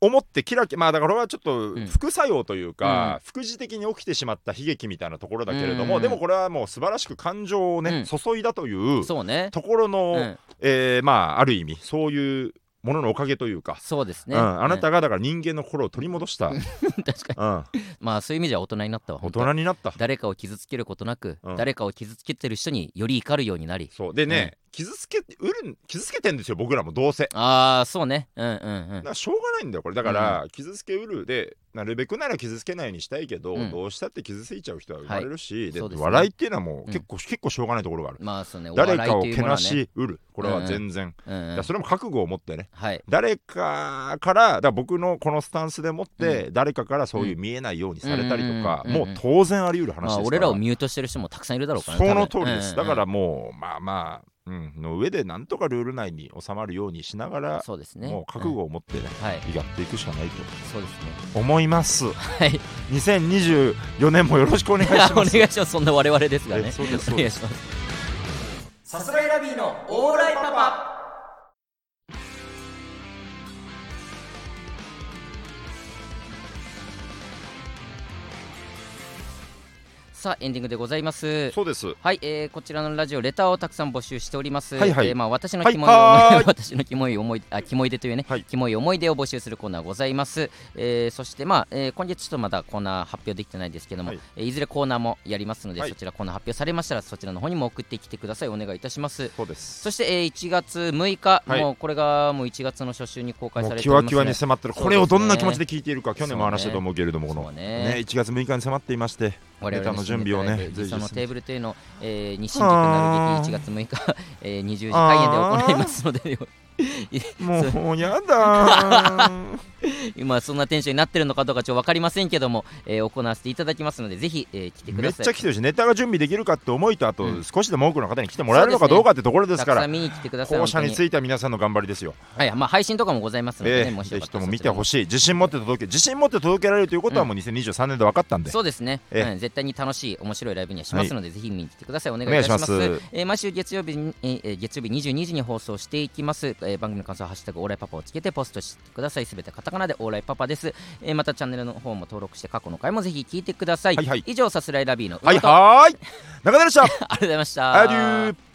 [SPEAKER 2] 思ってキラキラまあだから俺はちょっと
[SPEAKER 1] ん
[SPEAKER 2] 副作用という
[SPEAKER 1] う
[SPEAKER 2] か、
[SPEAKER 1] ん
[SPEAKER 2] 副次的に起きてしまった悲劇みたいなところだけれども、
[SPEAKER 1] うん
[SPEAKER 2] でもこれはもう素晴らしく感情をね、注いだという
[SPEAKER 1] そうね
[SPEAKER 2] ところの、
[SPEAKER 1] うん、
[SPEAKER 2] えーまあある意味そういうもののおかげというか、
[SPEAKER 1] そうですね、
[SPEAKER 2] うん、あな
[SPEAKER 1] う
[SPEAKER 2] たがだから人間の心を取り戻した、うん、
[SPEAKER 1] ん 確かにまあそういう意味じゃ大人になったわ
[SPEAKER 2] 大
[SPEAKER 1] 本当
[SPEAKER 2] 人になった
[SPEAKER 1] 誰かを傷つけることなく、
[SPEAKER 2] うん
[SPEAKER 1] 誰かを傷つけてる人により怒るようになり
[SPEAKER 2] そうでね、傷つけてうるん傷つけてんですよ僕らもどうせ
[SPEAKER 1] ああそうねうんうんうん
[SPEAKER 2] だからしょうがないんだよこれだから、傷つけうるでなるべくなら傷つけないにしたいけど、
[SPEAKER 1] うん
[SPEAKER 2] どうしたって傷ついちゃう人は生まれるし、で
[SPEAKER 1] そうですね
[SPEAKER 2] 笑いっていうのはも
[SPEAKER 1] う
[SPEAKER 2] う
[SPEAKER 1] ん
[SPEAKER 2] 結構、結構しょうがないところがある、
[SPEAKER 1] まあそうね
[SPEAKER 2] 誰か
[SPEAKER 1] お笑
[SPEAKER 2] を
[SPEAKER 1] いという
[SPEAKER 2] け
[SPEAKER 1] もの
[SPEAKER 2] な
[SPEAKER 1] はね
[SPEAKER 2] しうるこれは全然、
[SPEAKER 1] うん
[SPEAKER 2] だ
[SPEAKER 1] う
[SPEAKER 2] から
[SPEAKER 1] ん、
[SPEAKER 2] それも覚悟を持ってね
[SPEAKER 1] はい
[SPEAKER 2] 誰かからだから僕のこのスタンスでもって、誰かからそういう見えないようにされたりとか、
[SPEAKER 1] うん
[SPEAKER 2] もう当然あり得る話
[SPEAKER 1] ま
[SPEAKER 2] ですか
[SPEAKER 1] あ
[SPEAKER 2] ら、
[SPEAKER 1] 俺らをミュートしてる人もたくさんいるだろうから
[SPEAKER 2] その通りです、だか、
[SPEAKER 1] 多分
[SPEAKER 2] らもうまあまあ、うん、の上でなんとかルール内に収まるようにしなが
[SPEAKER 1] うんうん
[SPEAKER 2] ら
[SPEAKER 1] そうですね
[SPEAKER 2] もう覚悟を持ってね、
[SPEAKER 1] うんはい
[SPEAKER 2] やっていくしかないと
[SPEAKER 1] そうですね
[SPEAKER 2] 思います。
[SPEAKER 1] はい
[SPEAKER 2] 2024年もよろしくお願い し
[SPEAKER 1] お
[SPEAKER 2] ます。
[SPEAKER 1] 願いしますそんな我々ですが
[SPEAKER 2] え
[SPEAKER 1] ね
[SPEAKER 2] そうですそう
[SPEAKER 1] お願
[SPEAKER 2] で
[SPEAKER 1] いします
[SPEAKER 3] さすらいラビーのオーライパパ
[SPEAKER 1] さあエンディングでございます
[SPEAKER 2] そうです。
[SPEAKER 1] はい、えーこちらのラジオレターをたくさん募集しております。
[SPEAKER 2] はいはい
[SPEAKER 1] えーまあ私の
[SPEAKER 2] はい
[SPEAKER 1] キモい思い、
[SPEAKER 2] はーい
[SPEAKER 1] 私のキモい思いあキモいでというね、
[SPEAKER 2] はい
[SPEAKER 1] キモい思い出を募集するコーナーございます。えーそしてまあ、えー今月ちょっとまだコーナー発表できてないですけども、
[SPEAKER 2] はい
[SPEAKER 1] いえーいずれコーナーもやりますので、
[SPEAKER 2] はい
[SPEAKER 1] そちらコーナー発表されましたらそちらの方にも送ってきてくださいお願いいたします。
[SPEAKER 2] そうです。
[SPEAKER 1] そして、えー1月6日、
[SPEAKER 2] はい
[SPEAKER 1] もうこれがもう1月の初週に公開
[SPEAKER 2] も
[SPEAKER 1] さ
[SPEAKER 2] う
[SPEAKER 1] れて
[SPEAKER 2] キ
[SPEAKER 1] おりま
[SPEAKER 2] ワ
[SPEAKER 1] す、ね。
[SPEAKER 2] キワに迫ってる、
[SPEAKER 1] そうですね
[SPEAKER 2] これをどんな気持ちで聞いているか去年も話したと思うけれどもこ
[SPEAKER 1] そ
[SPEAKER 2] の
[SPEAKER 1] う
[SPEAKER 2] ね
[SPEAKER 1] ね
[SPEAKER 2] 1月6日に迫っていまして
[SPEAKER 1] 我
[SPEAKER 2] ネタ
[SPEAKER 1] 々
[SPEAKER 2] の準備をね
[SPEAKER 1] そ
[SPEAKER 2] 随時進
[SPEAKER 1] の
[SPEAKER 2] め
[SPEAKER 1] テーブルというのを、えー、日新宿
[SPEAKER 2] あ
[SPEAKER 1] な
[SPEAKER 2] ー
[SPEAKER 1] る劇1月6日、えー、20時開演で行いますので
[SPEAKER 2] もうやだー
[SPEAKER 1] 今そんなテンションになってるのかどうかちょっと分かりませんけども、えー、行わせていただきますのでぜひ、えー、来てく
[SPEAKER 2] め
[SPEAKER 1] だ
[SPEAKER 2] っ
[SPEAKER 1] さ
[SPEAKER 2] ち
[SPEAKER 1] い
[SPEAKER 2] ゃ来てるしネタが準備できるかって思いとあ
[SPEAKER 1] うん
[SPEAKER 2] と少しでも多くの方に来てもらえるのかどうかってところですか
[SPEAKER 1] たくさ
[SPEAKER 2] ら
[SPEAKER 1] ん見に来てください
[SPEAKER 2] 後者につ
[SPEAKER 1] い
[SPEAKER 2] いた皆さんの頑張りですよ
[SPEAKER 1] はい、まあ、配信とかもございますので、ね
[SPEAKER 2] ええ
[SPEAKER 1] もしよ
[SPEAKER 2] ぜ
[SPEAKER 1] か
[SPEAKER 2] ひ
[SPEAKER 1] った
[SPEAKER 2] と
[SPEAKER 1] ら
[SPEAKER 2] も見て
[SPEAKER 1] そ
[SPEAKER 2] ほ
[SPEAKER 1] ち
[SPEAKER 2] しい自信持って届け自信持って届けられるということはもう2023年で分かった
[SPEAKER 1] ら
[SPEAKER 2] ん
[SPEAKER 1] も
[SPEAKER 2] で
[SPEAKER 1] そうですね、
[SPEAKER 2] ええ
[SPEAKER 1] うん、絶対に楽しい面白いライブにはしますので、ぜひ見に来てくださいお願いいた
[SPEAKER 2] お願い
[SPEAKER 1] し
[SPEAKER 2] し
[SPEAKER 1] ま
[SPEAKER 2] ますす
[SPEAKER 1] えー毎週月曜日に、えーえー月曜日22時に放送していきます、えー番組の感想はハッシュタグオーライパパをつけてポストしてくださいすべてカタカナでオーライパパです、えーまたチャンネルの方も登録して過去の回もぜひ聞いてください、
[SPEAKER 2] はいはい
[SPEAKER 1] 以上さすらいラビーの
[SPEAKER 2] は
[SPEAKER 1] 宇
[SPEAKER 2] い
[SPEAKER 1] 野と
[SPEAKER 2] はーい中田でし た
[SPEAKER 1] ありがとうございました
[SPEAKER 2] アデュー